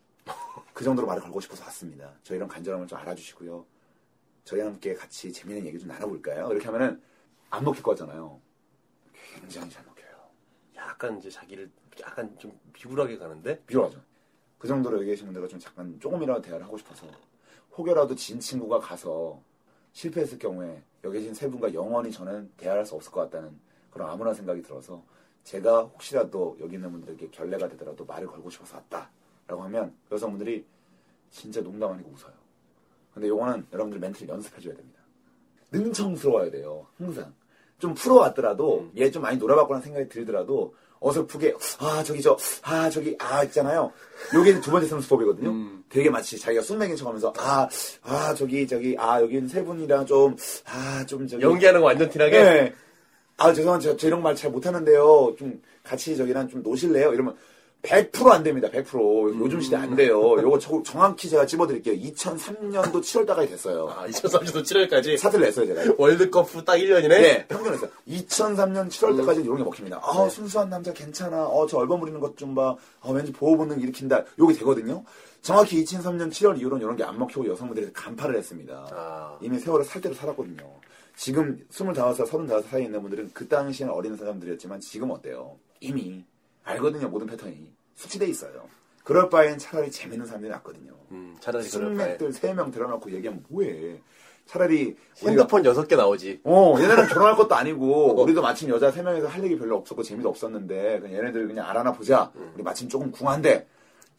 [SPEAKER 2] 그 정도로 말을 걸고 싶어서 왔습니다. 저희랑 간절함을 좀 알아주시고요. 저희와 함께 같이 재밌는 얘기 좀 나눠볼까요? 이렇게 하면은 안 먹힐 거잖아요. 굉장히 잘 먹혀요.
[SPEAKER 1] 약간 이제 자기를 약간 좀 비굴하게 가는데
[SPEAKER 2] 필요하죠. 그 정도로 얘기하시는 분들과 좀 잠깐 조금이라도 대화를 하고 싶어서 혹여라도 진 친구가 가서 실패했을 경우에 여기 계신 세 분과 영원히 저는 대화할 수 없을 것 같다는 그런 아무런 생각이 들어서 제가 혹시라도 여기 있는 분들에게 결례가 되더라도 말을 걸고 싶어서 왔다라고 하면 여성분들이 진짜 농담 아니고 웃어요. 근데 요거는 여러분들 멘트를 연습해줘야 됩니다. 능청스러워야 돼요. 항상. 좀 풀어왔더라도, 얘 좀 많이 놀아봤구나 생각이 들더라도, 어설프게, 아, 저기 저, 아, 저기, 아, 있잖아요. 요게 두 번째 선수법이거든요. 되게 마치 자기가 쏜맥인 척 하면서, 아, 아, 저기, 저기, 아, 여긴 세 분이랑 좀, 아, 좀 저기.
[SPEAKER 1] 연기하는 거 완전 티나게
[SPEAKER 2] 네. 아, 죄송한데, 저, 저 이런 말 잘 못하는데요. 좀 같이 저기랑 좀 노실래요? 이러면 100%안 됩니다. 100%. 요즘 시대 안 돼요. 요거 저- 정확히 제가 찝어드릴게요. 2003년도 7월 달까지 됐어요.
[SPEAKER 1] 아 2030도 7월까지
[SPEAKER 2] 사들 냈어요, 제가.
[SPEAKER 1] 월드컵 후 딱 1년이네 네.
[SPEAKER 2] 네, 평균에서 2003년 7월 때까지 이런 게 먹힙니다. 아, 순수한 남자 괜찮아. 어, 저 얼버무리는 것 좀 봐. 아, 왠지 보호 본능 일으킨다. 요게 되거든요. 정확히 2003년 7월 이후로는 이런 게 안 먹히고 여성분들이 간파를 했습니다.
[SPEAKER 1] 아.
[SPEAKER 2] 이미 세월을 살 대로 살았거든요. 지금 25살, 35살 사이에 있는 분들은 그 당시에는 어린 사람들이었지만 지금 어때요? 이미 알거든요, 모든 패턴이. 숙지돼 있어요. 그럴 바엔 차라리 재밌는 사람들이 낫거든요.
[SPEAKER 1] 음, 차라리 그럴 바에
[SPEAKER 2] 숙맥들 3명 들어놓고 얘기하면 뭐해. 차라리 우리가
[SPEAKER 1] 핸드폰 6개 나오지
[SPEAKER 2] 어, 얘네랑 결혼할 것도
[SPEAKER 1] 어.
[SPEAKER 2] 아니고, 우리도 마침 여자 세명에서할 얘기 별로 없었고, 재미도 없었는데, 그냥 얘네들 그냥 알아나 보자.
[SPEAKER 1] 음.
[SPEAKER 2] 우리 마침 조금 궁한데,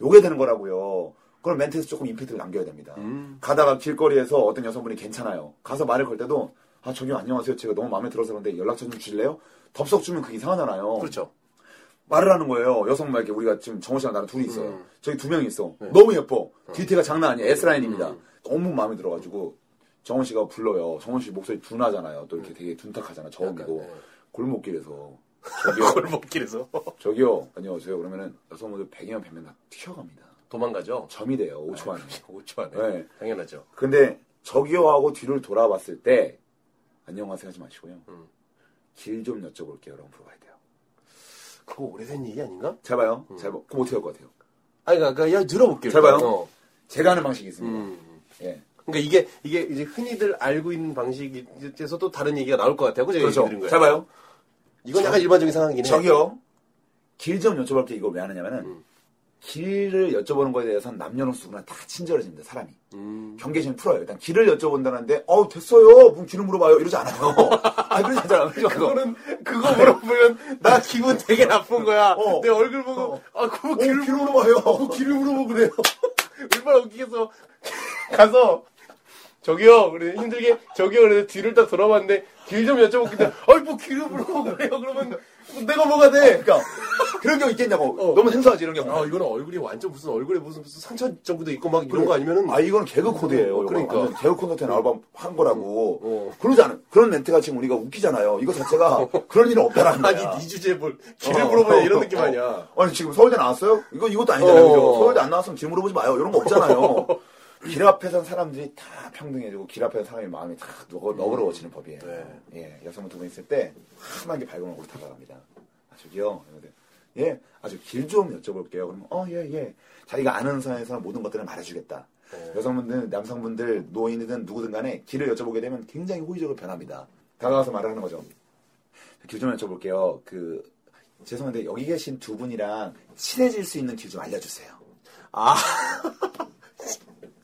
[SPEAKER 2] 요게 되는 거라고요. 그럼 멘트에서 조금 임팩트를 남겨야 됩니다.
[SPEAKER 1] 음.
[SPEAKER 2] 가다가 길거리에서 어떤 여성분이 괜찮아요. 가서 말을 걸 때도, 아, 저기 안녕하세요. 제가 너무 마음에 들어서 그런데 연락처 좀 주실래요? 덥석 주면 그게 이상하잖아요.
[SPEAKER 1] 그렇죠
[SPEAKER 2] 말을 하는 거예요. 여성분에게 우리가 지금 정호 씨랑 나랑 둘이 있어요.
[SPEAKER 1] 음.
[SPEAKER 2] 저희 두 명이 있어.
[SPEAKER 1] 네.
[SPEAKER 2] 너무 예뻐. 디테가 장난 아니에요. S라인입니다. 너무 마음에 들어가지고 정호 씨가 불러요. 정호 씨 목소리 둔하잖아요. 또 이렇게 되게 둔탁하잖아. 저음이고.
[SPEAKER 1] 음. 약간, 네.
[SPEAKER 2] 골목길에서. 어,
[SPEAKER 1] 골목길에서
[SPEAKER 2] 저기요. 안녕하세요. 그러면은 여성분들 100이면 100면 다 튀어갑니다.
[SPEAKER 1] 도망가죠
[SPEAKER 2] 점이 돼요. 5초 안에.
[SPEAKER 1] 5초 안에
[SPEAKER 2] 네.
[SPEAKER 1] 당연하죠
[SPEAKER 2] 근데 저기요 하고 뒤를 돌아봤을 때 안녕하세요 하지 마시고요.
[SPEAKER 1] 음.
[SPEAKER 2] 길 좀 여쭤볼게요. 여러분 물어봐야 돼요.
[SPEAKER 1] 그거 오래된 얘기 아닌가?
[SPEAKER 2] 잘 봐요.
[SPEAKER 1] 음.
[SPEAKER 2] 잘 봐. 그거 어떻게 할 것 같아요?
[SPEAKER 1] 아니 그러니까 그냥 들어볼게요
[SPEAKER 2] 잘
[SPEAKER 1] 일단.
[SPEAKER 2] 봐요.
[SPEAKER 1] 어.
[SPEAKER 2] 제가 하는 방식이 있습니다.
[SPEAKER 1] 음.
[SPEAKER 2] 예.
[SPEAKER 1] 그러니까 이게 이게 이제 흔히들 알고 있는 방식에서 또 다른 얘기가 나올 것 같아요 그죠? 네, 얘기 드린 거예요. 네.
[SPEAKER 2] 잘 봐요.
[SPEAKER 1] 이건 약간 일반적인 상황이긴 해요
[SPEAKER 2] 그렇죠. 저기요. 길 좀 여쭤볼 게 이걸 왜 하느냐면은
[SPEAKER 1] 음.
[SPEAKER 2] 길을 여쭤보는 거에 대해서는 남녀노소 그냥 다 친절해집니다. 사람이.
[SPEAKER 1] 음.
[SPEAKER 2] 경계심 풀어요. 일단 길을 여쭤본다는데 어우 됐어요. 그럼 길을 물어봐요. 이러지 않아요. 아 그러지 않잖아. 그러지 않아요.
[SPEAKER 1] 그거는 그거 물어보면 나 기분 되게 나쁜 거야.
[SPEAKER 2] 어.
[SPEAKER 1] 내 얼굴 보고
[SPEAKER 2] 어.
[SPEAKER 1] 아 그거
[SPEAKER 2] 길
[SPEAKER 1] 길을
[SPEAKER 2] 물어봐요
[SPEAKER 1] 어, 길을 물어보고 그래요. 얼마나 웃기겠어. 가서 저기요 그래 힘들게 저기요 그래 뒤를 딱 돌아봤는데 길 좀 여쭤볼게요. 아이 뭐 길을 물어보고 그래요. 그러면 뭐 내가 뭐가 돼?
[SPEAKER 2] 그러니까 그런 경우 있겠냐고.
[SPEAKER 1] 어.
[SPEAKER 2] 너무 생소하지 이런 경우.
[SPEAKER 1] 아 이거는 얼굴이 완전 무슨 얼굴에 무슨 무슨 상처 정도도 있고 막 이런 거 아니면은
[SPEAKER 2] 아 이건 개그 코드예요.
[SPEAKER 1] 그러니까.
[SPEAKER 2] 그러니까 개그 콘서트에 나올 법한 거라고.
[SPEAKER 1] 어.
[SPEAKER 2] 그러지 않아요. 그런 멘트가 지금 우리가 웃기잖아요. 이거 자체가 그런 일은 없다라는 거야.
[SPEAKER 1] 아니 니 주제에 뭘 길을 물어보냐 이런 느낌 아니야.
[SPEAKER 2] 어. 아니 지금 서울대 나왔어요? 이거 이것도 아니잖아요. 그죠?
[SPEAKER 1] 어.
[SPEAKER 2] 서울대 안 나왔으면 질문 물어보지 마요. 이런 거 없잖아요. 길 앞에선 사람들이 다 평등해지고 길 앞에선 사람의 마음이 다 너그, 너그러워지는 법이에요.
[SPEAKER 1] 네.
[SPEAKER 2] 예, 여성분 두 분 있을 때 환하게 밝은 얼굴로 다가갑니다. 아 저기요. 이러면서, 예, 아주 길 좀 여쭤볼게요. 그러면 어, 예, 예. 자기가 아는 선에서 모든 것들을 말해주겠다.
[SPEAKER 1] 어.
[SPEAKER 2] 여성분들, 남성분들, 노인이든 누구든 간에 길을 여쭤보게 되면 굉장히 호의적으로 변합니다. 다가가서 말을 하는 거죠. 길 좀 여쭤볼게요. 그 죄송한데 여기 계신 두 분이랑 친해질 수 있는 길 좀 알려주세요.
[SPEAKER 1] 아.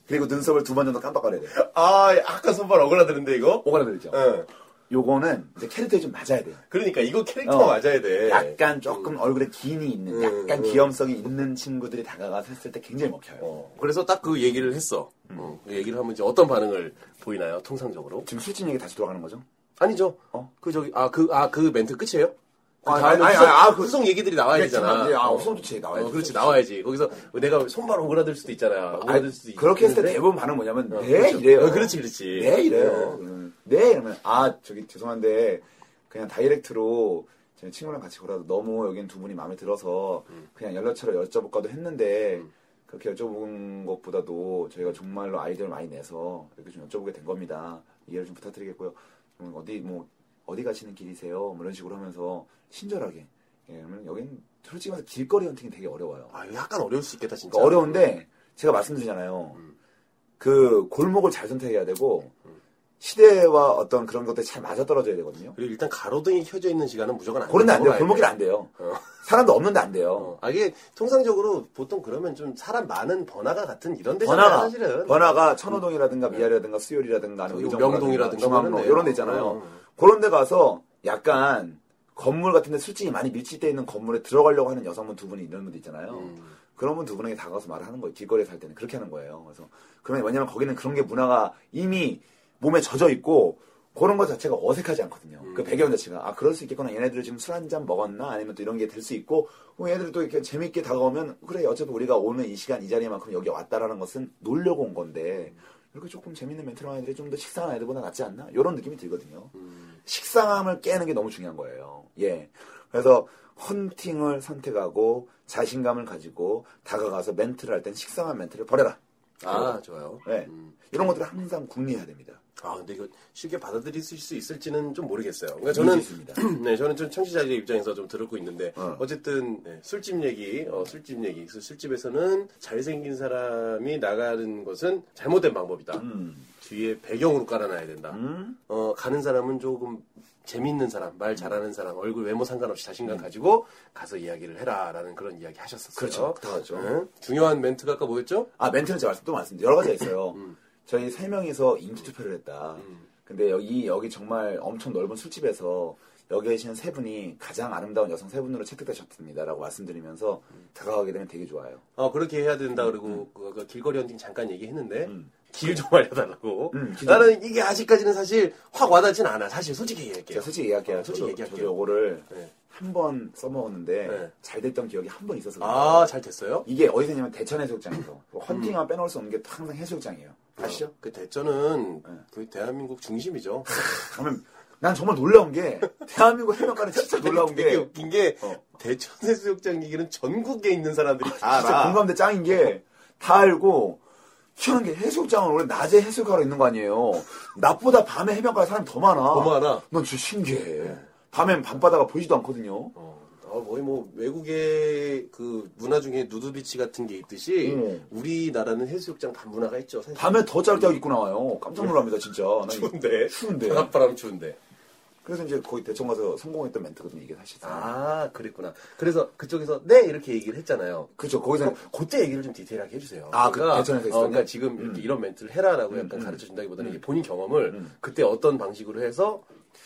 [SPEAKER 2] 그리고 눈썹을 두 번 정도 깜빡거려야 돼요.
[SPEAKER 1] 아 아까 손발 어그라드는데 이거.
[SPEAKER 2] 오그라들죠.
[SPEAKER 1] 응.
[SPEAKER 2] 요거는 이제 캐릭터에 좀 맞아야 돼요.
[SPEAKER 1] 그러니까 이거 캐릭터
[SPEAKER 2] 어.
[SPEAKER 1] 맞아야 돼.
[SPEAKER 2] 약간
[SPEAKER 1] 음.
[SPEAKER 2] 조금 얼굴에 기인이 있는, 약간 귀염성이 있는 친구들이 다가가서 했을 때 굉장히 먹혀요.
[SPEAKER 1] 그래서 딱 그 얘기를 했어.
[SPEAKER 2] 음.
[SPEAKER 1] 어, 그 얘기를 하면 이제 어떤 반응을 보이나요? 통상적으로?
[SPEAKER 2] 지금 술집 얘기 다시 돌아가는 거죠?
[SPEAKER 1] 아니죠.
[SPEAKER 2] 어?
[SPEAKER 1] 그 저기 아 그 아 그 멘트 끝이에요? 아, 아니,
[SPEAKER 2] 다음에
[SPEAKER 1] 아니,
[SPEAKER 2] 후속-
[SPEAKER 1] 아, 그 후속 얘기들이 나와야 되잖아.
[SPEAKER 2] 아,
[SPEAKER 1] 어.
[SPEAKER 2] 없으면 도대체 나와야
[SPEAKER 1] 어, 그렇지, 나와야지. 거기서 내가 손발 오그라들 수도 있잖아.
[SPEAKER 2] 아니,
[SPEAKER 1] 오그라들 수도 있
[SPEAKER 2] 그렇게 했을 때
[SPEAKER 1] 있는데.
[SPEAKER 2] 대부분 반응 뭐냐면
[SPEAKER 1] 어,
[SPEAKER 2] 네
[SPEAKER 1] 그렇죠.
[SPEAKER 2] 이래요.
[SPEAKER 1] 어, 그렇지, 그렇지.
[SPEAKER 2] 네 이래요. 음, 네 이러면 아 저기 죄송한데 그냥 다이렉트로 제 친구랑 같이 걸어도 너무 여기는 두 분이 마음에 들어서 그냥 연락처로 여쭤볼까도 했는데
[SPEAKER 1] 음.
[SPEAKER 2] 그렇게 여쭤본 것보다도 저희가 정말로 아이디어를 많이 내서 이렇게 좀 여쭤보게 된 겁니다. 이해를 좀 부탁드리겠고요. 음, 어디 뭐 어디 가시는 길이세요? 뭐 이런 식으로 하면서 친절하게. 예, 그러면 여기는 솔직히 말해서 길거리 헌팅이 되게 어려워요.
[SPEAKER 1] 아, 이거 약간 어려울 수 있겠다, 진짜.
[SPEAKER 2] 그러니까 어려운데 제가 말씀드리잖아요. 그 골목을 잘 선택해야 되고 시대와 어떤 그런 것들이 잘 맞아떨어져야 되거든요.
[SPEAKER 1] 그리고 일단 가로등이 켜져 있는 시간은 무조건 안
[SPEAKER 2] 그런데 안 돼요.
[SPEAKER 1] 넘어가야
[SPEAKER 2] 골목길 안 돼요.
[SPEAKER 1] 어.
[SPEAKER 2] 사람도 없는데 안 돼요.
[SPEAKER 1] 어. 아, 이게 통상적으로 보통 그러면 좀 사람 많은 번화가 같은 이런 데잖아,
[SPEAKER 2] 번화가,
[SPEAKER 1] 사실은. 음.
[SPEAKER 2] 번화가 천호동이라든가 미아리라든가 수요리라든가 아니면
[SPEAKER 1] 저기
[SPEAKER 2] 의정부라든가
[SPEAKER 1] 명동이라든가
[SPEAKER 2] 중앙로
[SPEAKER 1] 그런데요.
[SPEAKER 2] 이런 데 있잖아요.
[SPEAKER 1] 어.
[SPEAKER 2] 그런 데 가서 약간 건물 같은 데 술집이 많이 밀집되어 있는 건물에 들어가려고 하는 여성분 두 분이 이런 분들 있잖아요.
[SPEAKER 1] 음.
[SPEAKER 2] 그런 분 두 분에게 다가가서 말을 하는 거예요. 길거리에 살 때는 그렇게 하는 거예요. 그래서 그러면 왜냐면 거기는 그런 게 문화가 이미 몸에 젖어 있고 그런 것 자체가 어색하지 않거든요. 그 배경 자체가 아 그럴 수 있겠구나. 얘네들 지금 술 한 잔 먹었나 아니면 또 이런 게 될 수 있고 뭐 얘네들 또 이렇게 재밌게 다가오면 그래 어차피 우리가 오늘 이 시간 이 자리만큼 여기 왔다라는 것은 놀려고 온 건데 이렇게 조금 재밌는 멘트를 하는 애들이 좀 더 식상한 애들보다 낫지 않나 이런 느낌이 들거든요. 식상함을 깨는 게 너무 중요한 거예요. 예. 그래서 헌팅을 선택하고 자신감을 가지고 다가가서 멘트를 할 땐 식상한 멘트를 버려라.
[SPEAKER 1] 아, 좋아요.
[SPEAKER 2] 예. 이런 것들을 항상 궁리해야 됩니다.
[SPEAKER 1] 아, 근데 이거 쉽게 받아들일 수 있을지는 좀 모르겠어요. 그러니까 저는
[SPEAKER 2] 있습니다.
[SPEAKER 1] 네, 저는 좀 청취자의 입장에서 좀 들었고 있는데
[SPEAKER 2] 어.
[SPEAKER 1] 어. 쨌든 술집 얘기, 어, 술집 얘기. 그래서 술집에서는 잘생긴 사람이 나가는 것은 잘못된 방법이다.
[SPEAKER 2] 음.
[SPEAKER 1] 뒤에 배경으로 깔아놔야 된다.
[SPEAKER 2] 음.
[SPEAKER 1] 어, 가는 사람은 조금 재밌는 사람, 말 잘하는 사람, 얼굴 외모 상관없이 자신감 가지고 가서 이야기를 해라라는 그런 이야기 하셨었어요.
[SPEAKER 2] 음. 그렇죠. 다가죠.
[SPEAKER 1] 응? 중요한 멘트가 아까 뭐였죠?
[SPEAKER 2] 아 멘트는 제가 말씀 또 말씀드린 여러 가지가 있어요.
[SPEAKER 1] 음.
[SPEAKER 2] 저희 세 명이서 인기 투표를 했다. 근데 여기 여기 정말 엄청 넓은 술집에서 여기 계시는 세 분이 가장 아름다운 여성 세 분으로 채택되셨습니다라고 말씀드리면서
[SPEAKER 1] 음.
[SPEAKER 2] 다가가게 되면 되게 좋아요.
[SPEAKER 1] 어, 그렇게 해야 된다 그리고 그 아까 길거리 헌팅 잠깐 얘기했는데
[SPEAKER 2] 음.
[SPEAKER 1] 길 좀 알려달라고.
[SPEAKER 2] 음, 길 좀-
[SPEAKER 1] 나는 이게 아직까지는 사실 확 와닿진 않아. 사실 솔직히 얘기할게요.
[SPEAKER 2] 제가 솔직히 얘기할게요.
[SPEAKER 1] 어, 솔직히
[SPEAKER 2] 저도,
[SPEAKER 1] 얘기할게요.
[SPEAKER 2] 저도 요거를
[SPEAKER 1] 네.
[SPEAKER 2] 한 번 써먹었는데
[SPEAKER 1] 네.
[SPEAKER 2] 잘 됐던 기억이 한 번 있어서 그래요.
[SPEAKER 1] 아, 잘 됐어요?
[SPEAKER 2] 이게 어디서 냐면 대천 해수욕장에서 그 헌팅만 빼놓을 수 없는 게 항상 해수욕장이에요. 아시죠?
[SPEAKER 1] 그 대전은
[SPEAKER 2] 네.
[SPEAKER 1] 그 대한민국 중심이죠.
[SPEAKER 2] 그러면 난 정말 놀라운 게 대한민국 해변가는 진짜 놀라운
[SPEAKER 1] 되게
[SPEAKER 2] 게
[SPEAKER 1] 웃긴 게
[SPEAKER 2] 어.
[SPEAKER 1] 대천 해수욕장 얘기는 전국에 있는 사람들이 다
[SPEAKER 2] 진짜
[SPEAKER 1] 알아.
[SPEAKER 2] 공감대 짱인 게 다 알고 희한한 게 해수욕장은 원래 낮에 해수욕하러 있는 거 아니에요. 낮보다 밤에 해변가에 사람이 더 많아.
[SPEAKER 1] 더 많아.
[SPEAKER 2] 난 진짜 신기해. 밤엔 밤바다가 보이지도 않거든요.
[SPEAKER 1] 어, 어, 거의 뭐 외국의 그 문화 중에 누드비치 같은 게 있듯이
[SPEAKER 2] 음.
[SPEAKER 1] 우리나라는 해수욕장 반문화가 있죠. 사실.
[SPEAKER 2] 밤에 더 짧게 하고 입고 나와요. 깜짝 놀랍니다, 진짜. 난 이거
[SPEAKER 1] 추운데. 아.
[SPEAKER 2] 추운데.
[SPEAKER 1] 바람 추운데.
[SPEAKER 2] 그래서 이제 거의 대청 가서 성공했던 멘트거든요, 이게 사실상.
[SPEAKER 1] 아, 그랬구나. 그래서 그쪽에서 네 이렇게 얘기를 했잖아요.
[SPEAKER 2] 그렇죠. 거기서
[SPEAKER 1] 그럼 그때 얘기를 좀 디테일하게 해주세요.
[SPEAKER 2] 아, 그 음. 대전에서
[SPEAKER 1] 어,
[SPEAKER 2] 있었네.
[SPEAKER 1] 그러니까 지금 이렇게 이런 멘트를 해라라고 약간
[SPEAKER 2] 음.
[SPEAKER 1] 가르쳐 준다기보다는 이게 본인 경험을 그때 어떤 방식으로 해서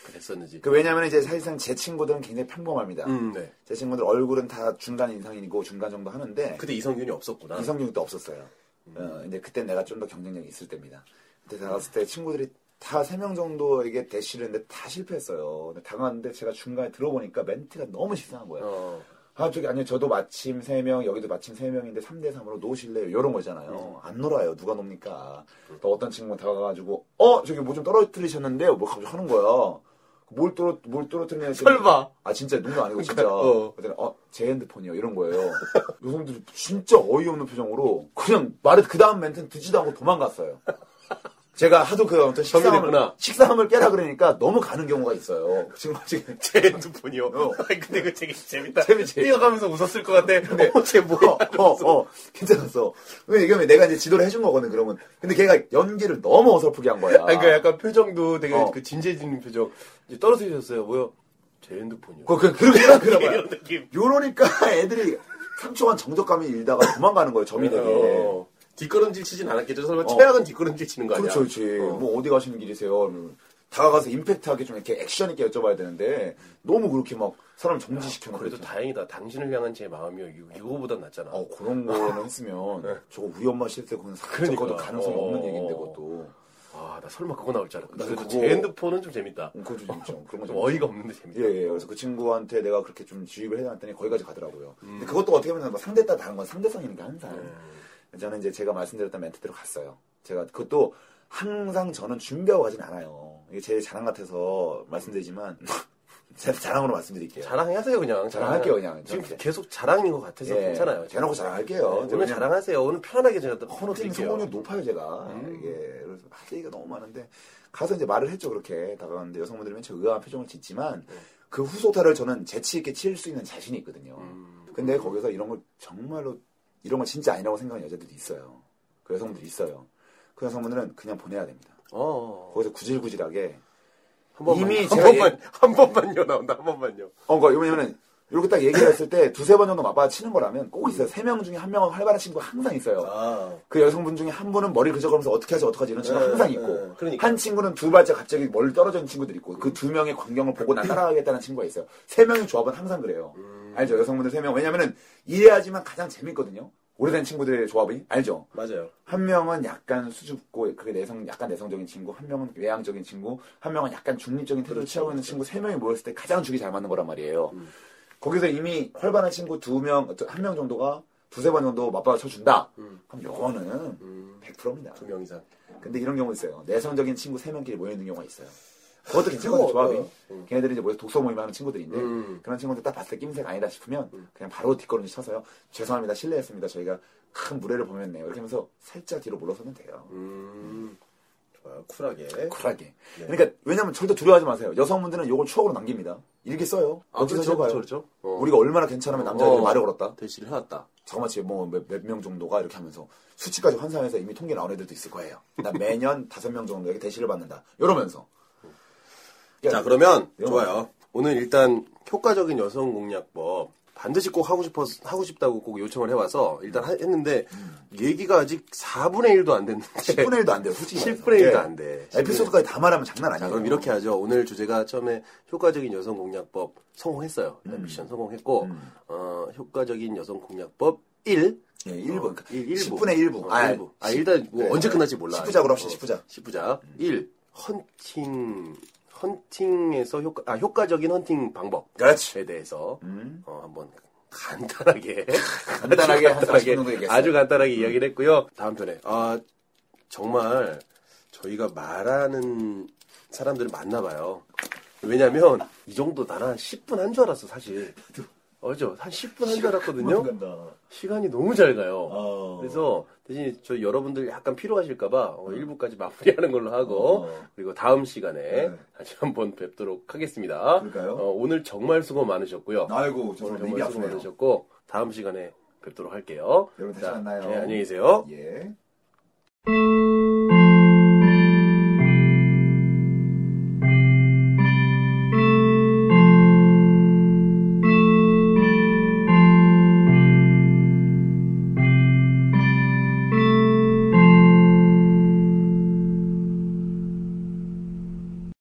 [SPEAKER 1] 그랬었는지.
[SPEAKER 2] 그 왜냐면 이제 사실상 제 친구들은 굉장히 평범합니다.
[SPEAKER 1] 음, 네.
[SPEAKER 2] 제 친구들 얼굴은 다 중간 인상이고 중간 정도 하는데
[SPEAKER 1] 그때 아. 음. 이성균이 없었구나.
[SPEAKER 2] 이성균도 없었어요. 어, 이제 그때 내가 좀 더 경쟁력이 있을 때입니다. 그때 나갔을 때 친구들이 다 세 명 정도에게 대시를 했는데 다 실패했어요. 근데 당하는데 제가 중간에 들어보니까 멘트가 너무 식상한 거예요.
[SPEAKER 1] 어,
[SPEAKER 2] 아, 저기, 아니요, 저도 마침 3명, 여기도 마침 3명인데 3대3으로 놓으실래요? 이런
[SPEAKER 1] 음.
[SPEAKER 2] 거잖아요. 안 놀아요. 누가 놉니까?
[SPEAKER 1] 그렇죠.
[SPEAKER 2] 또 어떤 친구가 다가가가지고, 어? 저기 뭐 좀 떨어뜨리셨는데요? 뭐 갑자기 하는 거야. 뭘 떨어, 뭘 떨어뜨리냐. 했더니
[SPEAKER 1] 설마.
[SPEAKER 2] 아, 진짜 눈도 아니고, 진짜.
[SPEAKER 1] 어.
[SPEAKER 2] 그랬더니, 어, 제 핸드폰이요. 이런 거예요. 여성들이 진짜 어이없는 표정으로, 그냥 말해, 그 다음 멘트는 듣지도 않고 도망갔어요. 제가 하도 그 어떤 식상함을,
[SPEAKER 1] 정리됐구나.
[SPEAKER 2] 식상함을 깨라 그러니까 너무 가는 경우가 있어요. 지금, 지금.
[SPEAKER 1] 제 핸드폰이요. 아니, 근데 그거 되게 재밌다.
[SPEAKER 2] 어. 재밌지?
[SPEAKER 1] 뛰어가면서 웃었을 것 같아. 근데 어, 쟤 뭐야?
[SPEAKER 2] 어, 어, 어, 괜찮았어. 왜, 이거면 내가 이제 지도를 해준 거거든, 그러면. 근데 걔가 연기를 너무 어설프게 한 거야.
[SPEAKER 1] 아니, 그러니까 약간 표정도 되게
[SPEAKER 2] 어.
[SPEAKER 1] 그 진지해지는 표정. 이제 떨어뜨리셨어요. 뭐요? 제 핸드폰이요.
[SPEAKER 2] 그, 그, 그렇게 해라, 그러봐
[SPEAKER 1] 이런 느낌.
[SPEAKER 2] 요러니까 애들이 3초간 정적감이 일다가 도망가는 거예요, 점이 되게.
[SPEAKER 1] 어, 뒷걸음질 치진 않았겠죠. 설마
[SPEAKER 2] 어.
[SPEAKER 1] 최악은 뒷걸음질 치는 거 아니야?
[SPEAKER 2] 그렇죠, 그렇지.
[SPEAKER 1] 어.
[SPEAKER 2] 뭐, 어디 가시는 길이세요? 이러면 다가가서 임팩트하게 좀 이렇게 액션 있게 여쭤봐야 되는데, 너무 그렇게 막 사람 정지시켜놓고.
[SPEAKER 1] 그래도
[SPEAKER 2] 이렇게.
[SPEAKER 1] 다행이다. 당신을 향한 제 마음이요. 이거- 이거보단 낫잖아.
[SPEAKER 2] 어, 그런 거는 했으면, 저거 우연마 시대 때 그건 사건
[SPEAKER 1] 네. 그러니까.
[SPEAKER 2] 적어도 가능성이
[SPEAKER 1] 어.
[SPEAKER 2] 없는 얘기인데, 그것도.
[SPEAKER 1] 아, 나 설마 그거 나올 줄 알았거든.
[SPEAKER 2] 나도
[SPEAKER 1] 그래도
[SPEAKER 2] 그거-
[SPEAKER 1] 제 핸드폰은 좀 재밌다.
[SPEAKER 2] 그거 좀 재밌죠. 그런 거좀
[SPEAKER 1] 좀 어이가 없는데 재밌다.
[SPEAKER 2] 예, 예. 그래서 그 친구한테 내가 그렇게 좀 주입을 해놨더니 거기까지 가더라고요.
[SPEAKER 1] 음.
[SPEAKER 2] 근데 그것도 어떻게 보면 뭐 상대 따라 다른 건 상대성인 게 항상.
[SPEAKER 1] 네.
[SPEAKER 2] 저는 이제 제가 말씀드렸던 멘트대로 갔어요. 제가 그것도 항상 저는 준비하고 가진 않아요. 이게 제 자랑 같아서 말씀드리지만 제 자랑으로 말씀드릴게요.
[SPEAKER 1] 자랑하세요, 그냥.
[SPEAKER 2] 자랑할게요, 그냥.
[SPEAKER 1] 지금
[SPEAKER 2] 저한테.
[SPEAKER 1] 계속 자랑인 것 같아서
[SPEAKER 2] 예,
[SPEAKER 1] 괜찮아요.
[SPEAKER 2] 대놓고 자랑할게요.
[SPEAKER 1] 네, 오늘
[SPEAKER 2] 저는-
[SPEAKER 1] 자랑하세요. 오늘 편하게 제가 또
[SPEAKER 2] 헌팅
[SPEAKER 1] 드릴게요.
[SPEAKER 2] 성공률 높아요 제가
[SPEAKER 1] 음.
[SPEAKER 2] 이게 그래서 할 얘기가 너무 많은데 가서 이제 말을 했죠 그렇게 다가갔는데 여성분들이 맨처 의아한 표정을 짓지만
[SPEAKER 1] 네.
[SPEAKER 2] 그 후소타를 저는 재치 있게 칠 수 있는 자신이 있거든요
[SPEAKER 1] 음.
[SPEAKER 2] 근데 거기서 이런 걸 정말로 이런 걸 진짜 아니라고 생각하는 여자들이 있어요 그 여성분들이 있어요 그 여성분들은 그냥 보내야 됩니다
[SPEAKER 1] 어.
[SPEAKER 2] 거기서 구질구질하게
[SPEAKER 1] 한 번만.
[SPEAKER 2] 이미
[SPEAKER 1] 한
[SPEAKER 2] 제가 예.
[SPEAKER 1] 번만, 한 번만요, 나온다, 한 번만요.
[SPEAKER 2] 어, 그러니까 왜냐면은 이렇게 딱 얘기를 했을 때 두세 번 정도 맞받아치는 거라면 꼭 있어요 세 명 중에 한 명은 활발한 친구가 항상 있어요
[SPEAKER 1] 아.
[SPEAKER 2] 그 여성분 중에 한 분은 머리를 그저거면서 어떻게 하지 어떻게 하지 이런 친구가
[SPEAKER 1] 네,
[SPEAKER 2] 항상
[SPEAKER 1] 네,
[SPEAKER 2] 있고
[SPEAKER 1] 그러니까.
[SPEAKER 2] 한 친구는 두 발짝 갑자기 멀리 떨어져 있는 친구들이 있고 그 두 명의 광경을 보고 난 따라가겠다는 친구가 있어요 세 명의 조합은 항상 그래요
[SPEAKER 1] 음.
[SPEAKER 2] 알죠 여성분들 세 명 왜냐면은 이래야지만 가장 재밌거든요 오래된 친구들의 조합이 알죠
[SPEAKER 1] 맞아요.
[SPEAKER 2] 한 명은 약간 수줍고 그게 내성 약간 내성적인 친구 한 명은 외향적인 친구 한 명은 약간 중립적인 태도를 취하고 있는 친구 세 명이 모였을 때 가장 죽이 잘 맞는 거란 말이에요 거기서 이미 활발한 친구 두명한 명 정도가 두세 번 정도 맞받아 쳐준다 그럼 영어는 100%입니다
[SPEAKER 1] 두 명 이상.
[SPEAKER 2] 근데 이런 경우 있어요 내성적인 친구 세 명끼리 모여있는 경우가 있어요 그것도 괜찮거든요
[SPEAKER 1] 그거
[SPEAKER 2] 조합이
[SPEAKER 1] 그렇죠. 어때요?
[SPEAKER 2] 걔네들이 이제 모여서 독서 모임 하는 친구들인데
[SPEAKER 1] 음.
[SPEAKER 2] 그런 친구들 딱 봤을 때 낌새가 아니다 싶으면 그냥 바로 뒷걸음질 쳐서요 죄송합니다 실례했습니다 저희가 큰 무례를 범했네요 이렇게 하면서 살짝 뒤로 물러서면 돼요
[SPEAKER 1] 음. 좋아요. 쿨하게.
[SPEAKER 2] 쿨하게
[SPEAKER 1] 네.
[SPEAKER 2] 그러니까 왜냐면 절대 두려워하지 마세요 여성분들은 이걸 추억으로 남깁니다 이렇게 써요
[SPEAKER 1] 아,
[SPEAKER 2] 어디서
[SPEAKER 1] 그렇죠,
[SPEAKER 2] 써봐요.
[SPEAKER 1] 그렇죠, 그렇죠. 어.
[SPEAKER 2] 우리가 얼마나 괜찮으면 남자에게
[SPEAKER 1] 어.
[SPEAKER 2] 말을 걸었다
[SPEAKER 1] 대시를 해왔다.
[SPEAKER 2] 저같이 뭐몇 명 정도가 이렇게 하면서 수치까지 환산해서 이미 통계 나온 애들도 있을 거예요. 나 매년 다섯 명 정도에게 대시를 받는다. 이러면서. 야,
[SPEAKER 1] 자, 그러면
[SPEAKER 2] 네.
[SPEAKER 1] 좋아요. 오늘 일단 효과적인 여성 공략법 반드시 꼭 하고 싶어 하고 싶다고 꼭 요청을 해와서 일단 하- 했는데 얘기가 아직 4분의 1도 안 됐는데
[SPEAKER 2] 10분의 1도 안 돼요. 솔직히.
[SPEAKER 1] 10분의 1도
[SPEAKER 2] 예.
[SPEAKER 1] 안 돼.
[SPEAKER 2] 에피소드까지 다 말하면 장난
[SPEAKER 1] 자,
[SPEAKER 2] 아니에요.
[SPEAKER 1] 그럼 이렇게 하죠. 오늘 주제가 처음에 효과적인 여성 공략법 성공했어요.
[SPEAKER 2] 음.
[SPEAKER 1] 일단 미션 성공했고 어, 효과적인 여성 공략법 1
[SPEAKER 2] 예, 1분.
[SPEAKER 1] 어, 일- 일부.
[SPEAKER 2] 10분의 1부.
[SPEAKER 1] 어, 일부. 아, 일단 뭐 언제 끝날지 몰라. 어,
[SPEAKER 2] 10부작으로 합시다. 10부작.
[SPEAKER 1] 10부작. 1. 헌팅. 헌팅에서 효과, 아, 효과적인 헌팅 방법.
[SPEAKER 2] 그렇지.
[SPEAKER 1] 에 대해서 어, 한번 간단하게
[SPEAKER 2] 간단하게 한 40분 정도 얘기했어요.
[SPEAKER 1] 아주 간단하게 이야기를 했고요. 다음 편에 아 정말 저희가 말하는 사람들을 만나봐요. 왜냐면 이 정도 나는 10분 한 줄 알았어 사실. 어죠? 한 10분 한 줄 알았거든요. 시간이 너무 잘 가요.
[SPEAKER 2] 어.
[SPEAKER 1] 그래서 대신 저 여러분들 약간 피로하실까봐 어, 1부까지 마무리하는 걸로 하고
[SPEAKER 2] 음. 어.
[SPEAKER 1] 그리고 다음 시간에
[SPEAKER 2] 네.
[SPEAKER 1] 다시 한번 뵙도록 하겠습니다.
[SPEAKER 2] 그럴까요?
[SPEAKER 1] 어, 오늘 정말 수고 많으셨고요.
[SPEAKER 2] 아이고,
[SPEAKER 1] 오늘
[SPEAKER 2] 죄송합니다. 입이
[SPEAKER 1] 정말 수고
[SPEAKER 2] 아프네요.
[SPEAKER 1] 많으셨고 다음 시간에 뵙도록 할게요.
[SPEAKER 2] 여러분 예. 다시
[SPEAKER 1] 자,
[SPEAKER 2] 만나요.
[SPEAKER 1] 네, 안녕히 계세요.
[SPEAKER 2] 예.